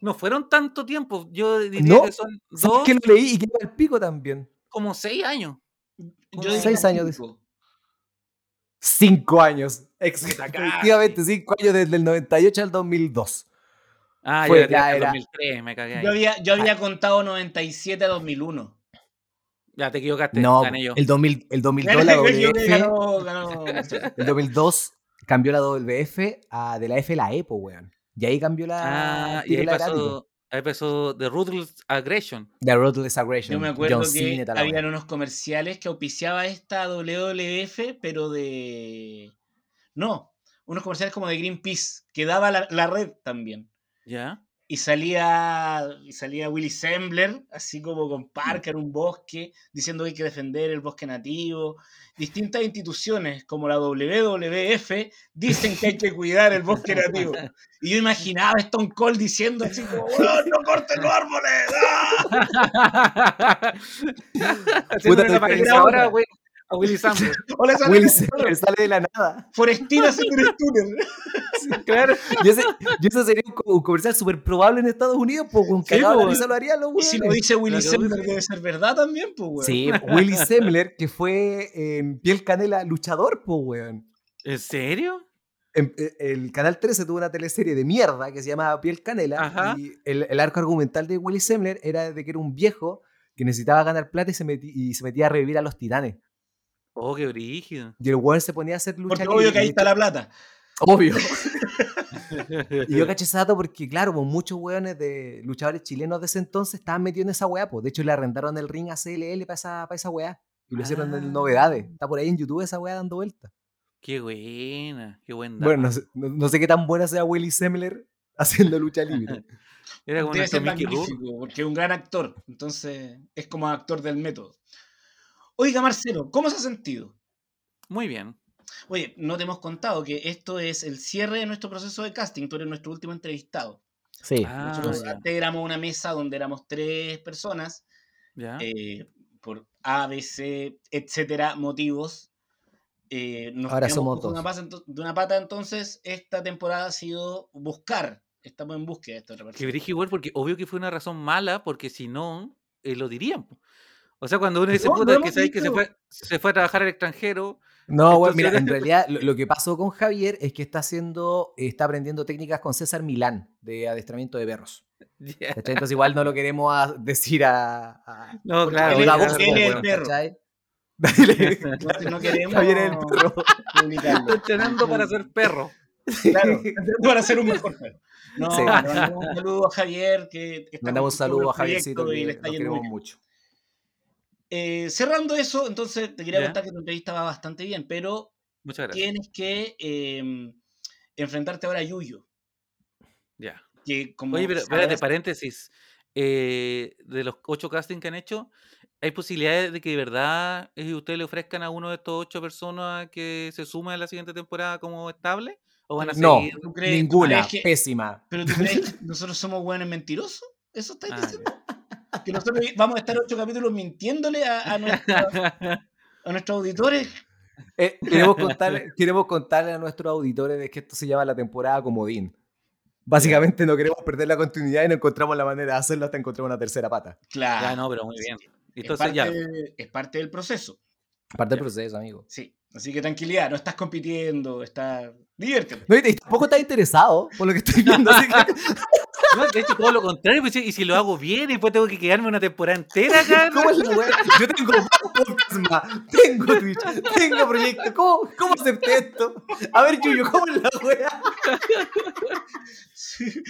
D: No fueron tanto tiempo. Yo diría
C: No,
D: que son
C: ¿Sabes
D: dos,
C: que lo leí y quedó al pico también?
D: como seis años.
B: Yo diría
C: Seis años de-
B: cinco.
C: Cinco años. Ex-
D: Puta, casi.
C: Efectivamente, cinco años desde el 98 al 2002.
D: Ah,
C: Fue
D: yo diría
C: ya
D: que
C: era.
D: 2003, me cagué. ahí.
B: Yo había, yo
C: Ah.
B: había contado 97 a 2001.
D: Ya te equivocaste,
C: No,
D: gané yo.
C: el, 2000, el 2002 la
B: Ganó,
C: WF,
B: ganó, ganó. Nacho.
C: el 2002 cambió la WF a de la F a la E, po, weón. Y ahí cambió la...
D: Ah, y
C: tiró
D: ahí
C: la era actitud.
D: pasó, ahí pasó The Ruthless Aggression.
C: The Ruthless Aggression.
B: Yo me acuerdo
C: John
B: que
C: Cena, tal, la
B: habían
C: weá.
B: unos comerciales que auspiciaba esta WWF, pero de... No, unos comerciales como de Greenpeace, que daba la, la red también.
D: ¿Ya?
B: Y salía, y salía Willy Sembler, así como
C: Mm.
B: con Parker, un bosque, diciendo que hay que defender el bosque nativo. Distintas instituciones como la WWF dicen que hay que cuidar el bosque nativo. Y yo imaginaba a Stone Cold diciendo así como, "Weón, no corten los árboles! ¡ah!".
D: Haciéndole
C: te parece
D: una paliza
B: ahora.
D: ahora a Will- a Willy Sanders.
B: Hola, Sandra.
C: Will Sander sale de la nada.
B: Forestina se Tuner.
D: claro.
C: Y ese, y ese sería un, co- un comercial súper probable en Estados Unidos, po, con
D: Sí,
C: cagado
D: po,
C: la risa lo harían los
B: pues, Y si lo
C: weones.
B: dice Willy
D: Claro,
B: Sembler
D: dice-
B: debe ser verdad también, pues, weón.
C: Sí, Willy Semler, que fue en Piel Canela luchador, po, weón.
D: ¿En serio?
C: En- eh, el Canal 13 tuvo una teleserie de mierda que se llamaba Piel Canela
D: Ajá.
C: y el, el arco argumental de Willy Semler era de que era un viejo que necesitaba ganar plata y se, metí- y se metía a revivir a los titanes.
D: Oh, qué brígido.
C: Y el weón se ponía a hacer lucha
B: Porque obvio
C: libre,
B: que ahí
C: y-
B: está la plata.
C: Obvio. Y yo caché ese dato porque, claro, pues, muchos weones de luchadores chilenos de ese entonces estaban metidos en esa weá. Pues. De hecho, le arrendaron el ring a CLL para esa, pa' esa weá. Y lo hicieron
D: Ah.
C: en novedades. Está por ahí en YouTube esa weá dando vueltas.
D: Qué buena, qué buen dato.
C: Bueno, no sé, no- no sé qué tan buena sea Willy Semler haciendo lucha libre.
D: Era como
B: Debe ser
D: nuestro Mickey Rourke.
B: magnífico, porque es un gran actor. Entonces, es como actor del método. Oiga, Marcelo, ¿cómo se ha sentido?
D: Muy bien.
B: Oye, no te hemos contado que esto es el cierre de nuestro proceso de casting. Tú eres nuestro último entrevistado.
C: Sí.
D: Ah,
B: Nosotros
D: ya,
B: antes éramos una mesa donde éramos tres personas,
D: ya.
B: eh, por A, B, C, etcétera, motivos. Eh, nos
C: Ahora
B: quedamos
C: somos
B: con Una
C: dos.
B: pata, ento- de una pata, entonces, esta temporada ha sido buscar. Estamos en búsqueda de esta otra
D: Que
B: persona.
D: brígido igual porque obvio que fue una razón mala porque si no, eh, lo dirían. po. O sea, cuando uno dice,
A: No,
D: puta,
A: no
D: es que
A: hemos
D: sabéis que se
A: visto.
D: fue, se fue a trabajar al extranjero.
C: No, bueno,
D: Entonces-
C: mira, en realidad lo, lo que pasó con Javier es que está haciendo, está aprendiendo técnicas con César Milán de adestramiento de perros.
D: Ya.
C: ¿cachai? Entonces igual no lo queremos a- decir a... a-
D: No,
C: porque
D: claro.
C: tiene
B: la
D: claro,
B: voz
C: po,
B: dele
C: weón,
B: el perro.
C: ¿cachai? Dale,
B: Entonces no queremos
C: Javier es el perro.
B: publicarlo.
D: Estoy entrenando para ser perro.
B: Claro, para ser un mejor perro. No,
C: Sí.
B: le mandamos un saludo a Javier. Que está
C: Mandamos un
B: con todo
C: saludo a
B: el proyecto
C: Javiercito,
B: Y le
C: que
B: está
C: lo
B: yendo
C: queremos
B: muy bien.
C: mucho.
B: Eh, cerrando eso, entonces te quería
D: Ya.
B: contar que tu entrevista va bastante bien, pero
D: Muchas gracias.
B: tienes que eh, enfrentarte ahora a Yuyo.
D: Ya.
B: Que como
D: Oye, pero espérate,
B: sabrás-
D: paréntesis. eh, de los ocho castings que han hecho, ¿hay posibilidades de que de verdad eh, ustedes le ofrezcan a uno de estos ocho personas que se suma a la siguiente temporada como estable? ¿O van a
C: No.
D: seguir?
B: ¿tú crees- tú
C: Ninguna,
B: crees que-
C: pésima.
B: ¿Pero tú crees que nosotros somos buenos mentirosos? ¿Eso estás
D: Ah,
B: diciendo? ¿Que nosotros vamos a estar ocho capítulos mintiéndole a, a nuestra- a nuestros auditores?
C: Eh, queremos, contarle, queremos contarle a nuestros auditores de que esto se llama la temporada comodín. Básicamente no queremos perder la continuidad y no encontramos la manera de hacerlo hasta encontrar una tercera pata.
B: Claro.
D: ya, no, pero muy bien.
B: es,
D: Entonces
B: parte,
D: ya,
B: es parte del proceso.
C: Aparte del
D: Ya.
C: proceso, amigo.
B: Sí. Así que tranquilidad, no estás compitiendo, estás. Diviértete.
C: No, y y tampoco estás interesado por lo que estoy viendo. así que-
D: No, de hecho, todo lo contrario, pues, y si lo hago bien, y después tengo que quedarme una temporada entera acá.
C: ¿Cómo es la wea? Yo tengo más podcasts más, tengo Twitch, tengo proyecto. ¿Cómo, cómo acepté esto? A ver, Chuyo, ¿cómo es la wea?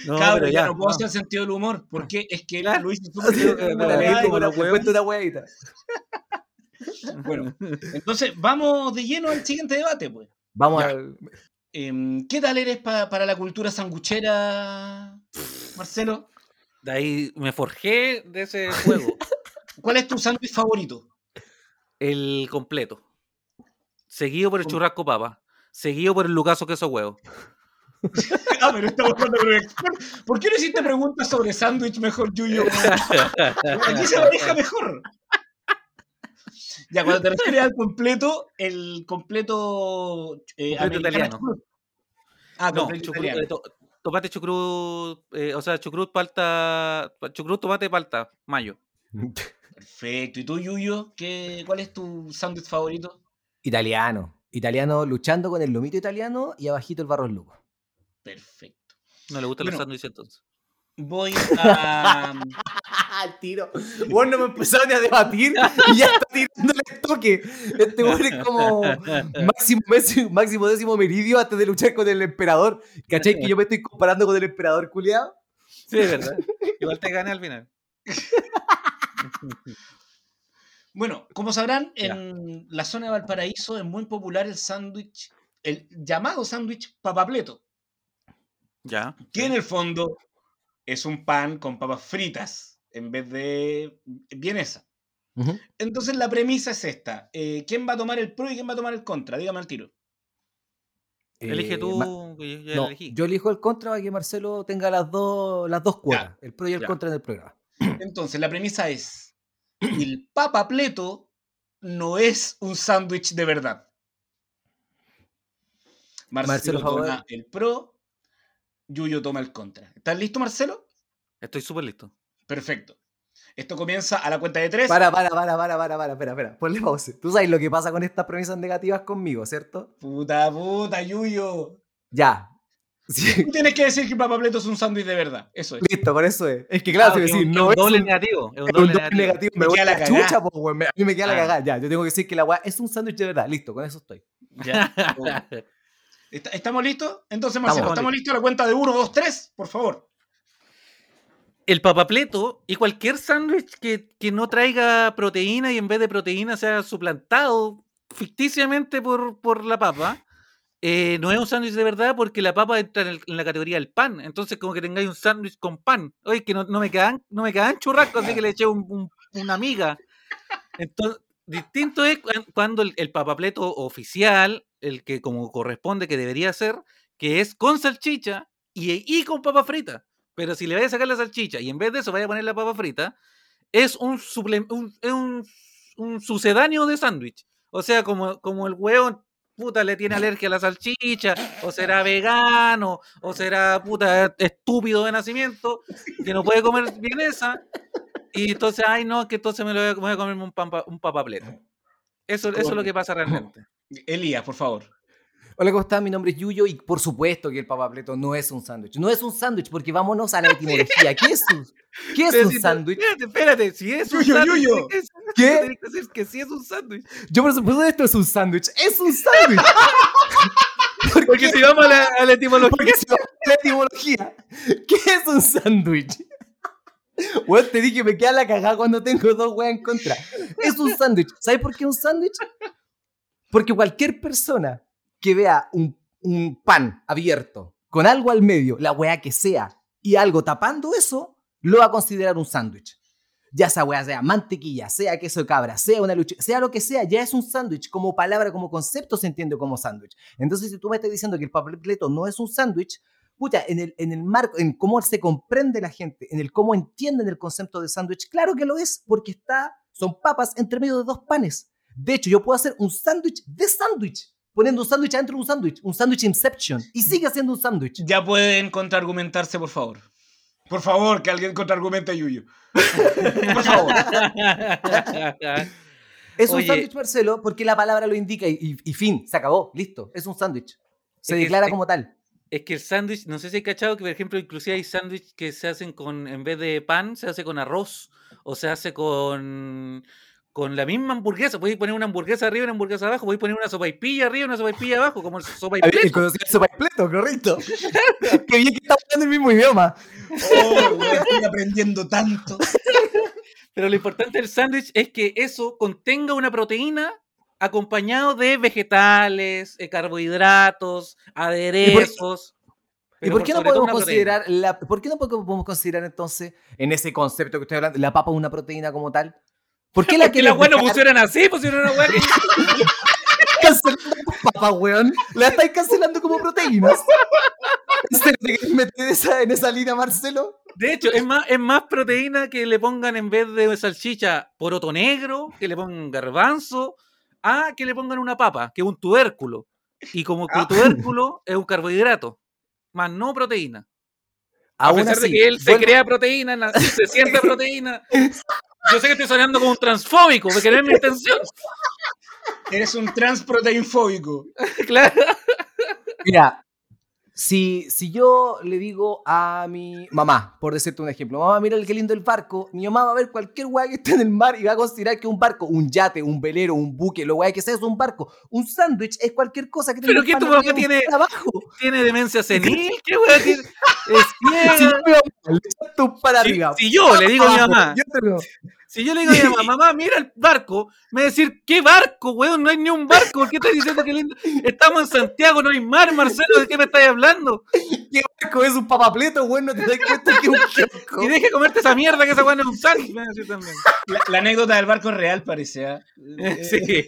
D: No,
B: Cabrón,
D: pero
B: ya,
D: ya,
B: no puedo
D: no.
B: hacer sentido del humor porque es que
D: Claro.
B: Luis es
C: Así,
B: súper-
D: que,
C: para
D: leí
C: mí,
D: como
C: una-
D: los
C: me cuento una weadita.
B: Bueno, entonces vamos de lleno al siguiente debate, pues.
C: Vamos
B: Ya.
C: al.
B: Em, ¿Qué tal eres pa- para la cultura sanguchera, Marcelo?
D: De ahí me forjé de ese juego,
B: ¿Cuál es tu sándwich favorito?
D: el completo. Seguido por el churrasco papa, seguido por el lucaso queso huevo.
B: Ah, pero está buscando proyección. ¿Por qué no hiciste preguntas sobre sándwich mejor, Yuyo? Aquí se maneja mejor. Ya, cuando te refieres al completo, el completo, eh,
D: Completo
B: americano
D: italiano.
B: chucrut. Ah,
D: No,
B: completo
D: chucrut,
B: italiano.
D: eh, to- tomate chucrut, eh, o sea, chucrut, palta, pa- chucrut, tomate, palta, mayo.
B: Perfecto. ¿Y tú, Yuyo? ¿Qué, ¿Cuál es tu sándwich favorito?
C: Italiano. Italiano luchando con el lomito italiano y abajito el barro loco.
B: Perfecto.
D: No le gustan
B: Bueno.
D: los sándwiches entonces.
B: Voy a.
C: Al Ah, tiro. Vos no me empezaron ni a debatir y ya está tirándole el toque. Este güey es como máximo, máximo, máximo décimo meridio antes de luchar con el emperador. ¿Cachai? Que yo me estoy comparando con el emperador culiado.
D: Sí, es verdad. Igual te gané al final.
B: Bueno, como sabrán,
D: Ya.
B: en la zona de Valparaíso es muy popular el sándwich, el llamado sándwich papapleto,
D: Ya.
B: que en el fondo es un pan con papas fritas en vez de vienesa. Entonces la premisa es esta: eh, ¿quién va a tomar el pro y quién va a tomar el contra? Dígame al tiro.
D: Elige
C: Eh,
D: tú,
C: Ma-
D: que yo ya
C: no,
D: elegí.
C: yo elijo el contra para que Marcelo tenga las dos, las dos cuotas, el pro y el
D: ya.
C: contra en el programa.
B: Entonces la premisa es: el papapleto no es un sándwich de verdad. Marcelo,
C: Marcelo, por favor.
B: toma el pro, Yuyo toma el contra. ¿Estás listo, Marcelo?
D: Estoy súper listo.
B: Perfecto. Esto comienza a la cuenta de tres.
C: Para, para, para, para, para, para, espera, espera, ponle pausa. Tú sabes lo que pasa con estas premisas negativas conmigo, ¿cierto?
B: Puta, puta, Yuyo.
C: Ya. Sí,
B: Tú tienes que decir que el papapleto es un sándwich de verdad. Eso es.
C: listo, por eso es. Es que claro,
D: Ah,
C: si me
D: es un-
C: decís,
D: es
C: no
D: un
C: es
D: doble
C: un-
D: negativo. Es un
C: Es un doble
D: doble negativo.
C: negativo. Me
B: Me
C: voy
B: queda
C: a
B: la
C: la
B: cagá.
C: chucha, po, weón. Me- A mí me queda la
B: Ah.
C: cagada. Ya, yo tengo que decir que la weá es un sándwich de verdad. Listo, con eso estoy.
B: Ya. ¿Est- ¿Estamos listos? Entonces, Marcelo,
D: Estamos
B: ¿estamos listos a la cuenta de 1, 2, 3? Por favor.
D: El papapleto y cualquier sándwich que, que no traiga proteína y en vez de proteína sea suplantado ficticiamente por, por la papa, eh, no es un sándwich de verdad porque la papa entra en, el- en la categoría del pan. Entonces, como que tengáis un sándwich con pan. Oye, que no, no me quedan, no me quedan churrascos, así que le eché un- un- una miga. Entonces, distinto es cuan- cuando el, el papapleto oficial, el que como corresponde que debería ser, que es con salchicha y, eh, y con papa frita. Pero si le vaya a sacar la salchicha y en vez de eso vaya a poner la papa frita, es un, suple- un, es un, un sucedáneo de sándwich. O sea, como, como el hueón puta le tiene alergia a la salchicha, o será vegano, o será puta estúpido de nacimiento, que no puede comer vienesa. Y entonces, ay, no, que entonces me lo voy a, voy a comerme un, pampa- un papapleto. Eso, eso es lo que pasa realmente.
B: Elías, por favor.
C: Hola, ¿cómo están? Mi nombre es Yuyo y por supuesto que el papapleto no es un sándwich. No es un sándwich porque vámonos a la etimología. ¿Qué es un, qué es
D: Pero
C: un
D: si-
C: sándwich?
D: Espérate, espérate, si es un
B: Yuyo,
D: sándwich.
B: Yuyo.
D: ¿qué es?
C: ¿Qué?
D: Tienes que decir que sí es un sándwich.
C: Yo por supuesto esto es un sándwich. ¡Es un sándwich! ¿Por
D: Porque
C: qué?
D: si vamos a la, a la etimología.
C: ¿Por qué se va a la etimología? ¿Qué es un sándwich? Bueno, te dije, me queda la cagada cuando tengo dos weas en contra. Es un sándwich. ¿Sabes por qué es un sándwich? Porque cualquier persona que vea un, un pan abierto con algo al medio, la wea que sea, y algo tapando eso, lo va a considerar un sándwich. Ya esa wea sea mantequilla, sea queso de cabra, sea una lucha, sea lo que sea, ya es un sándwich. Como palabra, como concepto se entiende como sándwich. Entonces, si tú me estás diciendo que el papeleto no es un sándwich, puta, en el, en el marco, en cómo se comprende la gente, en el cómo entienden el concepto de sándwich, claro que lo es, porque está, son papas entre medio de dos panes. De hecho, yo puedo hacer un sándwich de sándwich, poniendo un sándwich adentro de un sándwich, un sándwich Inception, y sigue siendo un sándwich.
B: Ya pueden contraargumentarse, por favor. Por favor, que alguien contraargumente a Yuyo. por favor.
C: Es un
D: Oye.
C: sándwich, Marcelo, porque la palabra lo indica y, y- y fin, se acabó, listo, es un sándwich. Se
D: Es que-
C: declara
D: es-
C: como tal.
D: Es que el sándwich, no sé si hay cachado que, por ejemplo, inclusive hay sándwich que se hacen con, en vez de pan, se hace con arroz o se hace con, con la misma hamburguesa. Podéis poner una hamburguesa arriba y una hamburguesa abajo, podéis poner una sopaipilla arriba y una sopaipilla abajo, como el sopaipilla.
C: conocimiento completo, correcto. Qué bien que estamos hablando el mismo idioma.
B: Oh, weón, estoy aprendiendo tanto.
D: Pero lo importante del sándwich es que eso contenga una proteína acompañado de vegetales, eh, carbohidratos, aderezos.
C: ¿Y
D: pero
C: por qué no
D: sobre todo
C: podemos
D: una proteína.
C: considerar la, por qué no po- podemos considerar entonces en ese concepto que estoy hablando la papa una proteína como tal? ¿Por qué la
D: Porque
C: que
D: las weas no pusieron así, pusieron una hueá que
C: cancelando como papa, weón? La estáis cancelando como proteínas. ¿En serio te querés meter esa, en esa línea, Marcelo?
D: De hecho, es más, es más proteína que le pongan en vez de salchicha poroto negro, que le pongan garbanzo, a que le pongan una papa, que es un tubérculo. Y como que
B: Ah.
D: tubérculo es un carbohidrato, más no proteína. A
C: Aún
D: pesar
C: así,
D: de que él se
C: vuelvo-
D: crea proteína, en la- se siente proteína. Yo sé que estoy sonando como un transfóbico, porque no es mi intención.
B: Eres un transproteinfóbico.
D: Claro.
C: Mira, si, si yo le digo a mi mamá, por decirte un ejemplo, mamá, mira qué lindo el barco, mi mamá va a ver cualquier weá que esté en el mar y va a considerar que un barco, un yate, un velero, un buque, lo weá que sea es un barco. Un sándwich es cualquier cosa que
D: Pero
C: un
D: que tu
C: pan
D: mamá
C: arriba, un
D: tiene-
C: pan abajo.
D: Tiene demencia senil, qué weá tiene. Es ciega.
C: Si yo veo mal, le echo tu pan
D: Si-
C: arriba.
D: si yo Ah. le digo a mi
C: abajo,
D: mamá,
C: yo te digo,
D: Si yo le digo a mi mamá, mamá, mira el barco, me va a decir, ¿qué barco, weón? No hay ni un barco, ¿por qué estás diciendo que lindo? Estamos en Santiago, no hay mar, Marcelo, ¿de qué me estás hablando?
C: ¿Qué barco es un papapleto, weón? No te das cuenta que es un kiosco.
D: Y deja de comerte esa mierda que esa weón es un sándwich, me va a decir también.
B: La, la anécdota del barco es real, parece. ¿ah?
D: Sí.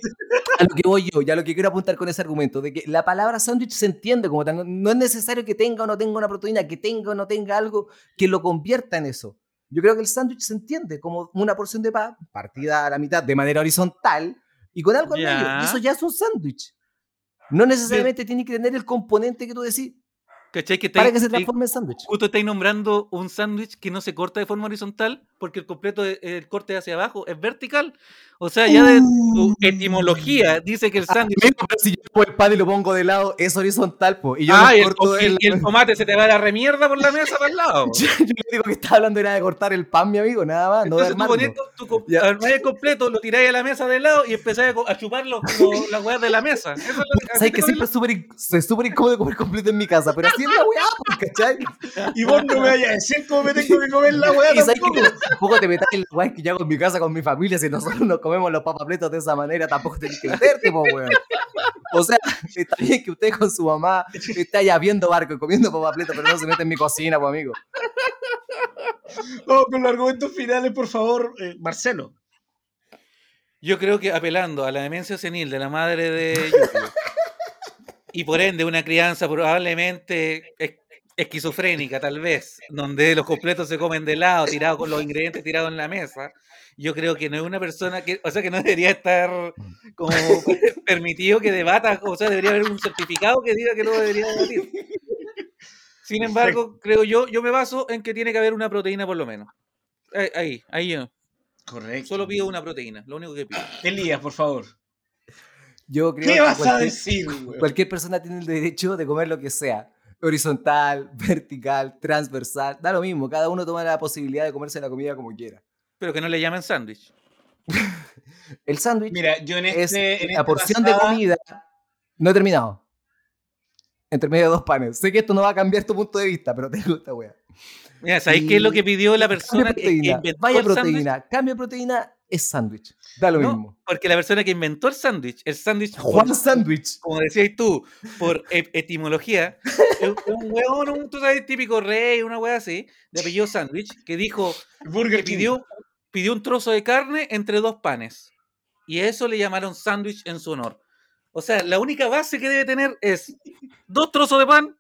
C: a lo que voy yo, ya lo que quiero apuntar con ese argumento, de que la palabra sándwich se entiende como tal, no, no es necesario que tenga o no tenga una proteína, que tenga o no tenga algo que lo convierta en eso. Yo creo que el sándwich se entiende como una porción de pan partida a la mitad de manera horizontal y con algo al medio.
D: Ya.
C: Y eso ya es un sándwich. No necesariamente tiene que tener el componente que tú decís
D: ¿Cachai? Que
C: para
D: estáis-
C: que se
D: estáis-
C: transforme en sándwich.
D: justo estáis nombrando un sándwich que no se corta de forma horizontal porque el completo, de- el corte hacia abajo es vertical. O sea, ya de tu
C: Uh.
D: etimología dice
C: Ah,
D: que el sándwich...
C: si yo pongo el pan y lo pongo de lado, es horizontal, po, y
D: Ah,
C: lo
D: y el,
C: corto
D: y el- y el tomate se te va a la remierda por la mesa para el lado.
C: Yo, yo le digo que estaba hablando era de cortar el pan, mi amigo, nada más, no de
D: Entonces tú
C: armarlo.
D: ponías tu, tu
C: Ya.
D: armáis completo, lo tiráis a la mesa de lado y empezáis a, co- a chuparlo como las weas de la mesa. Eso es lo que-
C: ¿Sabes
D: así te
C: que
D: comes
C: siempre es súper inc- es súper incómodo comer completo en mi casa? Pero así es la weá, pues, ¿cachai?
B: Y vos no me vayas a decir cómo me tengo que comer la
C: Y
B: weá
C: sabes
B: tampoco.
C: que tampoco te metas en la weá que yo hago en mi casa con mi familia. Si nosotros nos comemos los papapletos de esa manera, tampoco tenés que meterte, po, weón. O sea, está bien que usted con su mamá esté allá viendo barco y comiendo papapletos, pero no se mete en mi cocina, pues, amigo.
B: Vamos Oh, con los argumentos finales, por favor, eh, Marcelo.
D: Yo creo que apelando a la demencia senil de la madre de Yuyo, y por ende una crianza probablemente es- esquizofrénica, tal vez, donde los completos se comen de lado, tirados con los ingredientes tirados en la mesa, yo creo que no es una persona que, o sea, que no debería estar como permitido que debata, o sea, debería haber un certificado que diga que no debería debatir. Sin embargo, creo yo, yo me baso en que tiene que haber una proteína por lo menos. Ahí, ahí, ahí yo.
B: Correcto.
D: Solo pido una proteína, lo único que pido.
B: Elías, por favor.
C: Yo creo
B: ¿Qué
C: que
B: vas a
C: cualquier-
B: decir, weón?
C: Cualquier persona tiene el derecho de comer lo que sea. Horizontal, vertical, transversal, da lo mismo. Cada uno toma la posibilidad de comerse la comida como quiera.
D: Pero que no le llamen sándwich.
C: El sándwich
B: Mira, yo en
C: es
B: este. en
C: la
B: esta
C: porción de
B: pasada-
C: comida. No he terminado. Entre medio de dos panes. Sé que esto no va a cambiar tu punto de vista, pero te gusta, wea.
D: Mira, ¿sabéis qué es lo
C: Y-
D: que pidió la
C: Cambia
D: persona que, que
C: proteína,
D: inventó
C: Vaya
D: el sándwich?
C: proteína. Cambio de proteína es sándwich. Da lo
D: No,
C: mismo.
D: Porque la persona que inventó el sándwich, el sándwich,
C: Juan
D: por-
C: Sándwich.
D: como decías tú, por e- etimología, es un- es un huevón, un, tú sabes, típico rey, una hueá así, de apellido sándwich, que dijo, que
B: Burger King.
D: pidió, pidió un trozo de carne entre dos panes. Y a eso le llamaron sándwich en su honor. O sea, la única base que debe tener es dos trozos de pan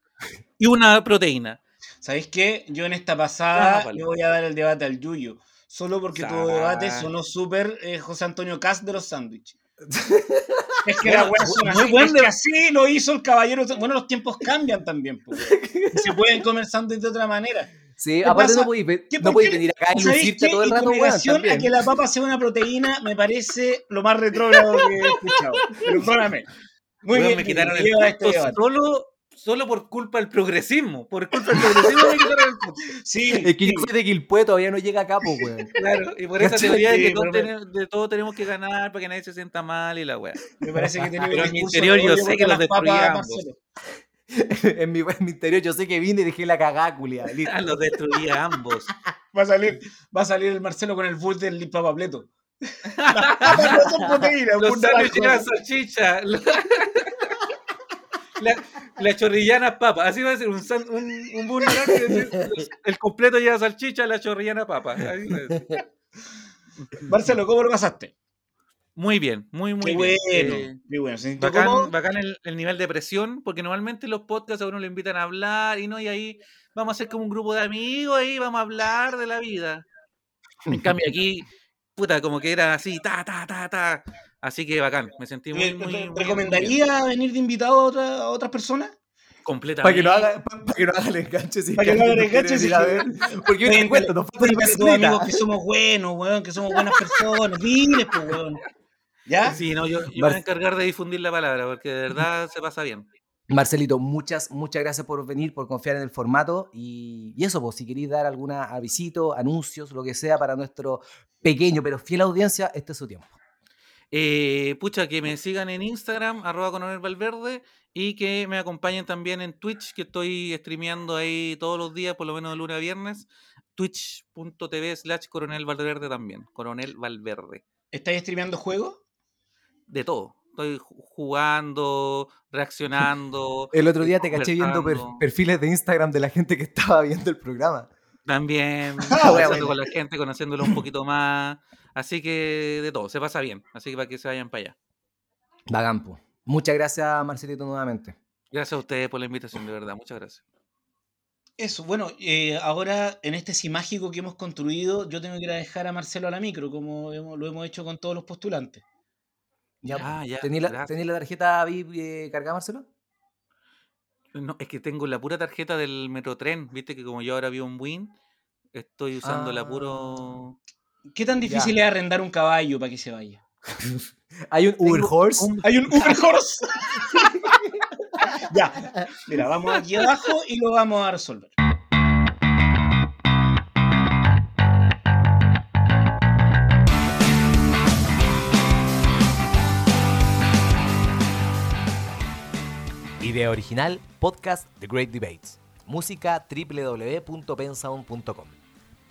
D: y una proteína.
B: ¿Sabéis qué? Yo en
D: Ah,
B: esta pasada
D: Zápalo.
B: le voy a dar el debate al Yuyo. Solo porque tu debate
D: Zá.
B: sonó súper eh, José Antonio Cast de los sándwiches. es que
D: Bueno,
B: la weá son
D: muy
B: así.
D: buen
B: es que así lo hizo el caballero. Bueno, los tiempos cambian también. po, weón. Se pueden comer sándwiches de otra manera.
C: Sí,
B: ¿Qué
C: aparte
B: pasa?
C: no podéis ve-
B: ¿Qué-
C: no
B: por
C: podéis
B: qué-
C: venir acá y
B: ¿Sabéis
C: lucirte
B: qué?
C: todo el
B: Y tu
C: rato, weón.
B: negación a
C: también.
B: que la papa sea una proteína me parece lo más retrógrado que he escuchado. Perdóname. Muy
D: Weón,
B: bien,
D: me quitaron el
B: lleva este
D: punto
B: debate.
D: solo, solo por culpa del progresismo. Por culpa del progresismo me quitaron el punto.
B: Sí,
C: Es que yo
B: sí.
C: soy de Quilpue, todavía no llega acá, po, weón.
D: Claro, y por esa
C: ¿Cachai?
D: teoría de que
B: Sí,
D: todos
B: pero
D: tenemos- de todo tenemos que ganar para que nadie se sienta mal y la weá.
B: Me parece que tenía
D: Pero
B: un
D: en mi
B: discurso
D: interior
B: de
D: yo
B: odio
D: sé
B: contra
D: que los
B: las papas,
D: destruía a
B: Marcelo.
D: ambos.
C: en, mi, en mi interior yo sé que vine y dejé la cagá, culia. Listo.
D: Ah, Los destruía a ambos.
B: Va a salir, va a salir el Marcelo con el full del papableto. Las papas no son proteínas,
D: Los
B: un naranjo.
D: sándwiches eran salchicha. La, la, la chorrillana papa. Así va a ser un, san- un, un burger que dice, los- El completo lleva salchicha, la chorrillana papa. Así va a ser.
B: Marcelo, ¿cómo lo pasaste?
D: Muy bien, muy, muy
B: qué
D: bien.
B: bueno,
D: Eh,
B: qué bueno. ¿Se sintió cómodo?
D: Bacán, bacán el, el nivel de presión, porque normalmente los podcasts a uno lo invitan a hablar y no, y ahí vamos a ser como un grupo de amigos, ahí vamos a hablar de la vida. En cambio, aquí, puta, como que era así, ta, ta, ta, ta. Así que bacán, me sentí muy,
B: ¿Te-
D: muy.
B: te-
D: muy- muy
B: Eh, ¿Recomendaría venir de invitado a, otra- a otras personas?
D: bien.
C: Para que
D: Completamente.
C: no haga, pa- pa' que no haga el enganche. Si es
B: Para que no haga el
C: alguien quiere
B: enganche, si
C: venir a
B: es
C: ver. Porque yo te
B: Cuéntale-
C: cuento, nos falta una
B: cuéntale a tus amigos
C: personita.
B: que somos buenos, weón, que somos buenas personas. Diles, pues, weón. ¿Ya?
D: Sí, no, yo, yo me voy
C: Marce-
D: a encargar de difundir la palabra, porque de verdad se pasa bien.
C: Marcelito, muchas, muchas gracias por venir, por confiar en el formato. Y, y eso, pues, si queréis dar alguna avisito, anuncios, lo que sea, para nuestro pequeño pero fiel audiencia, este es su tiempo.
D: Eh, pucha, que me sigan en Instagram, arroba coronel Valverde, y que me acompañen también en Twitch, que estoy streameando ahí todos los días, por lo menos de lunes a viernes. Twitch.tv slash coronel Valverde también. Coronel Valverde.
B: ¿Estáis streameando juegos?
D: De todo. Estoy ju- jugando, reaccionando.
C: El otro día te
D: estoy
C: caché viendo per-
D: conversando.
C: perfiles de Instagram de la gente que estaba viendo el programa.
D: También
C: Ah, wea,
D: conversando con la gente, conociéndolo un poquito más. Así que de todo, se pasa bien. Así que para que se vayan para allá.
C: Vagampo. pues. Muchas gracias, Marcelito, nuevamente.
D: Gracias a ustedes por la invitación, de verdad. Muchas gracias.
B: Eso, bueno, eh, ahora en este sí mágico que hemos construido, yo tengo que ir a dejar a Marcelo a la micro, como hemos- lo hemos hecho con todos los postulantes.
C: Ya, pues.
D: Ah, ya,
C: ¿Tení la,
D: gracias.
C: tení la tarjeta VIP eh, cargada, Marcelo?
D: No, es que tengo la pura tarjeta del Metrotren, viste que como yo ahora vivo en Win, estoy usando
C: Ah.
D: la puro...
B: ¿Qué tan
C: Ya.
B: difícil es arrendar un caballo para que se vaya?
C: Hay un Uber Horse.
D: un-
B: Hay un Uber Horse. ya, mira, vamos aquí abajo y lo vamos a resolver.
C: Idea original, podcast The Great Debates. Música www.pensound.com.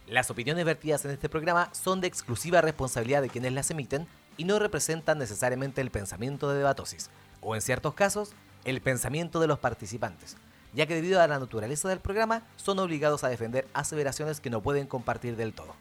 C: Las opiniones vertidas en este programa son de exclusiva responsabilidad de quienes las emiten y no representan necesariamente el pensamiento de Debatosis, o en ciertos casos, el pensamiento de los participantes, ya que debido a la naturaleza del programa son obligados a defender aseveraciones que no pueden compartir del todo.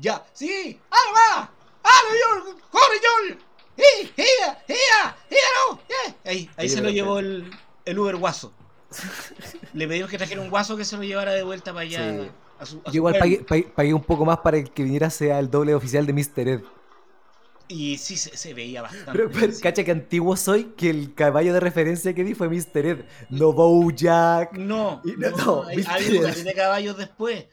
B: Ya, sí, ahí va, ¡Ale, Yol! corre, Yol. ¡Sí! Ahí
D: Sí,
B: se lo
D: pero-
B: llevó el, el Uber guaso. Le pedimos que trajera un guaso que se lo llevara de vuelta para allá.
C: Sí.
B: a su- a
C: Yo
B: su
C: igual
B: pueblo.
C: pagué, pagué- pagué un poco más para que viniera sea el doble oficial de Mr. Ed.
B: Y sí, se, se veía bastante.
C: Pero, pero,
B: sí.
C: cacha que antiguo soy que el caballo de referencia que di fue Mr. Ed. No Bojack.
B: No,
C: Y
B: no,
C: no, no,
B: hay,
C: Mr.
B: hay
C: Ed.
B: un par de caballos después.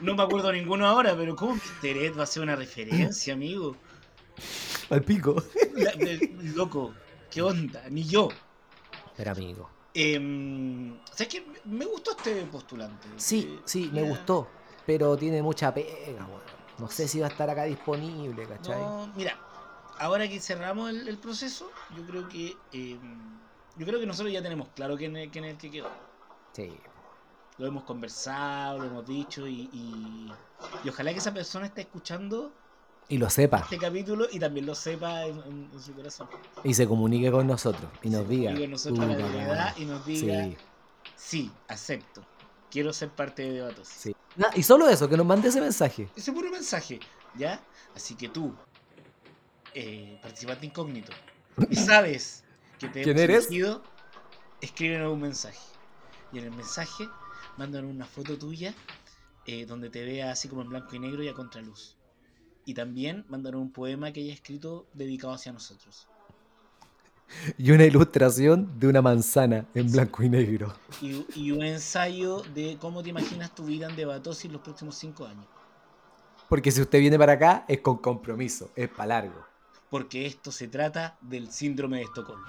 B: No me acuerdo ninguno ahora, pero ¿cómo Mr. Ed va a ser una referencia, amigo?
C: Al pico.
B: La- de- loco, ¿qué onda? Ni yo.
C: Pero amigo.
B: Em, ¿Sabes qué? Me gustó este postulante.
C: Sí,
B: Eh,
C: sí, me
B: mira,
C: gustó. Pero tiene mucha pega, weón. No sé si va a estar acá disponible, ¿cachai?
B: No, mira, ahora que cerramos el, el proceso, yo creo que em, yo creo que nosotros ya tenemos claro quién es, quién es el que quedó.
C: Sí.
B: Lo hemos conversado, lo hemos dicho y, y- y ojalá que esa persona esté escuchando
C: Y lo sepa.
B: este capítulo y también lo sepa en, en- en su corazón.
C: Y se comunique con nosotros. Y nos diga.
B: Y con nosotros la
C: "Puta,
B: verdad
C: weón".
B: y nos diga,
C: Sí,
B: sí, acepto, quiero ser parte de Debatos.
C: sí. Ah, y solo eso, que nos mande ese mensaje.
B: Ese puro mensaje, ¿ya? Así que tú, eh, participante incógnito, y sabes que te
C: ¿Quién
B: hemos
C: eres?
B: elegido, escríbenos un mensaje. Y en el mensaje, mandan una foto tuya eh, donde te vea así como en blanco y negro y a contraluz. Y también mandan un poema que haya escrito dedicado hacia nosotros.
C: Y una ilustración de una manzana en blanco y negro.
B: Y, y un ensayo de cómo te imaginas tu vida en Debatosis los próximos cinco años.
C: Porque si usted viene para acá, es con compromiso. Es para largo.
B: Porque esto se trata del síndrome de Estocolmo.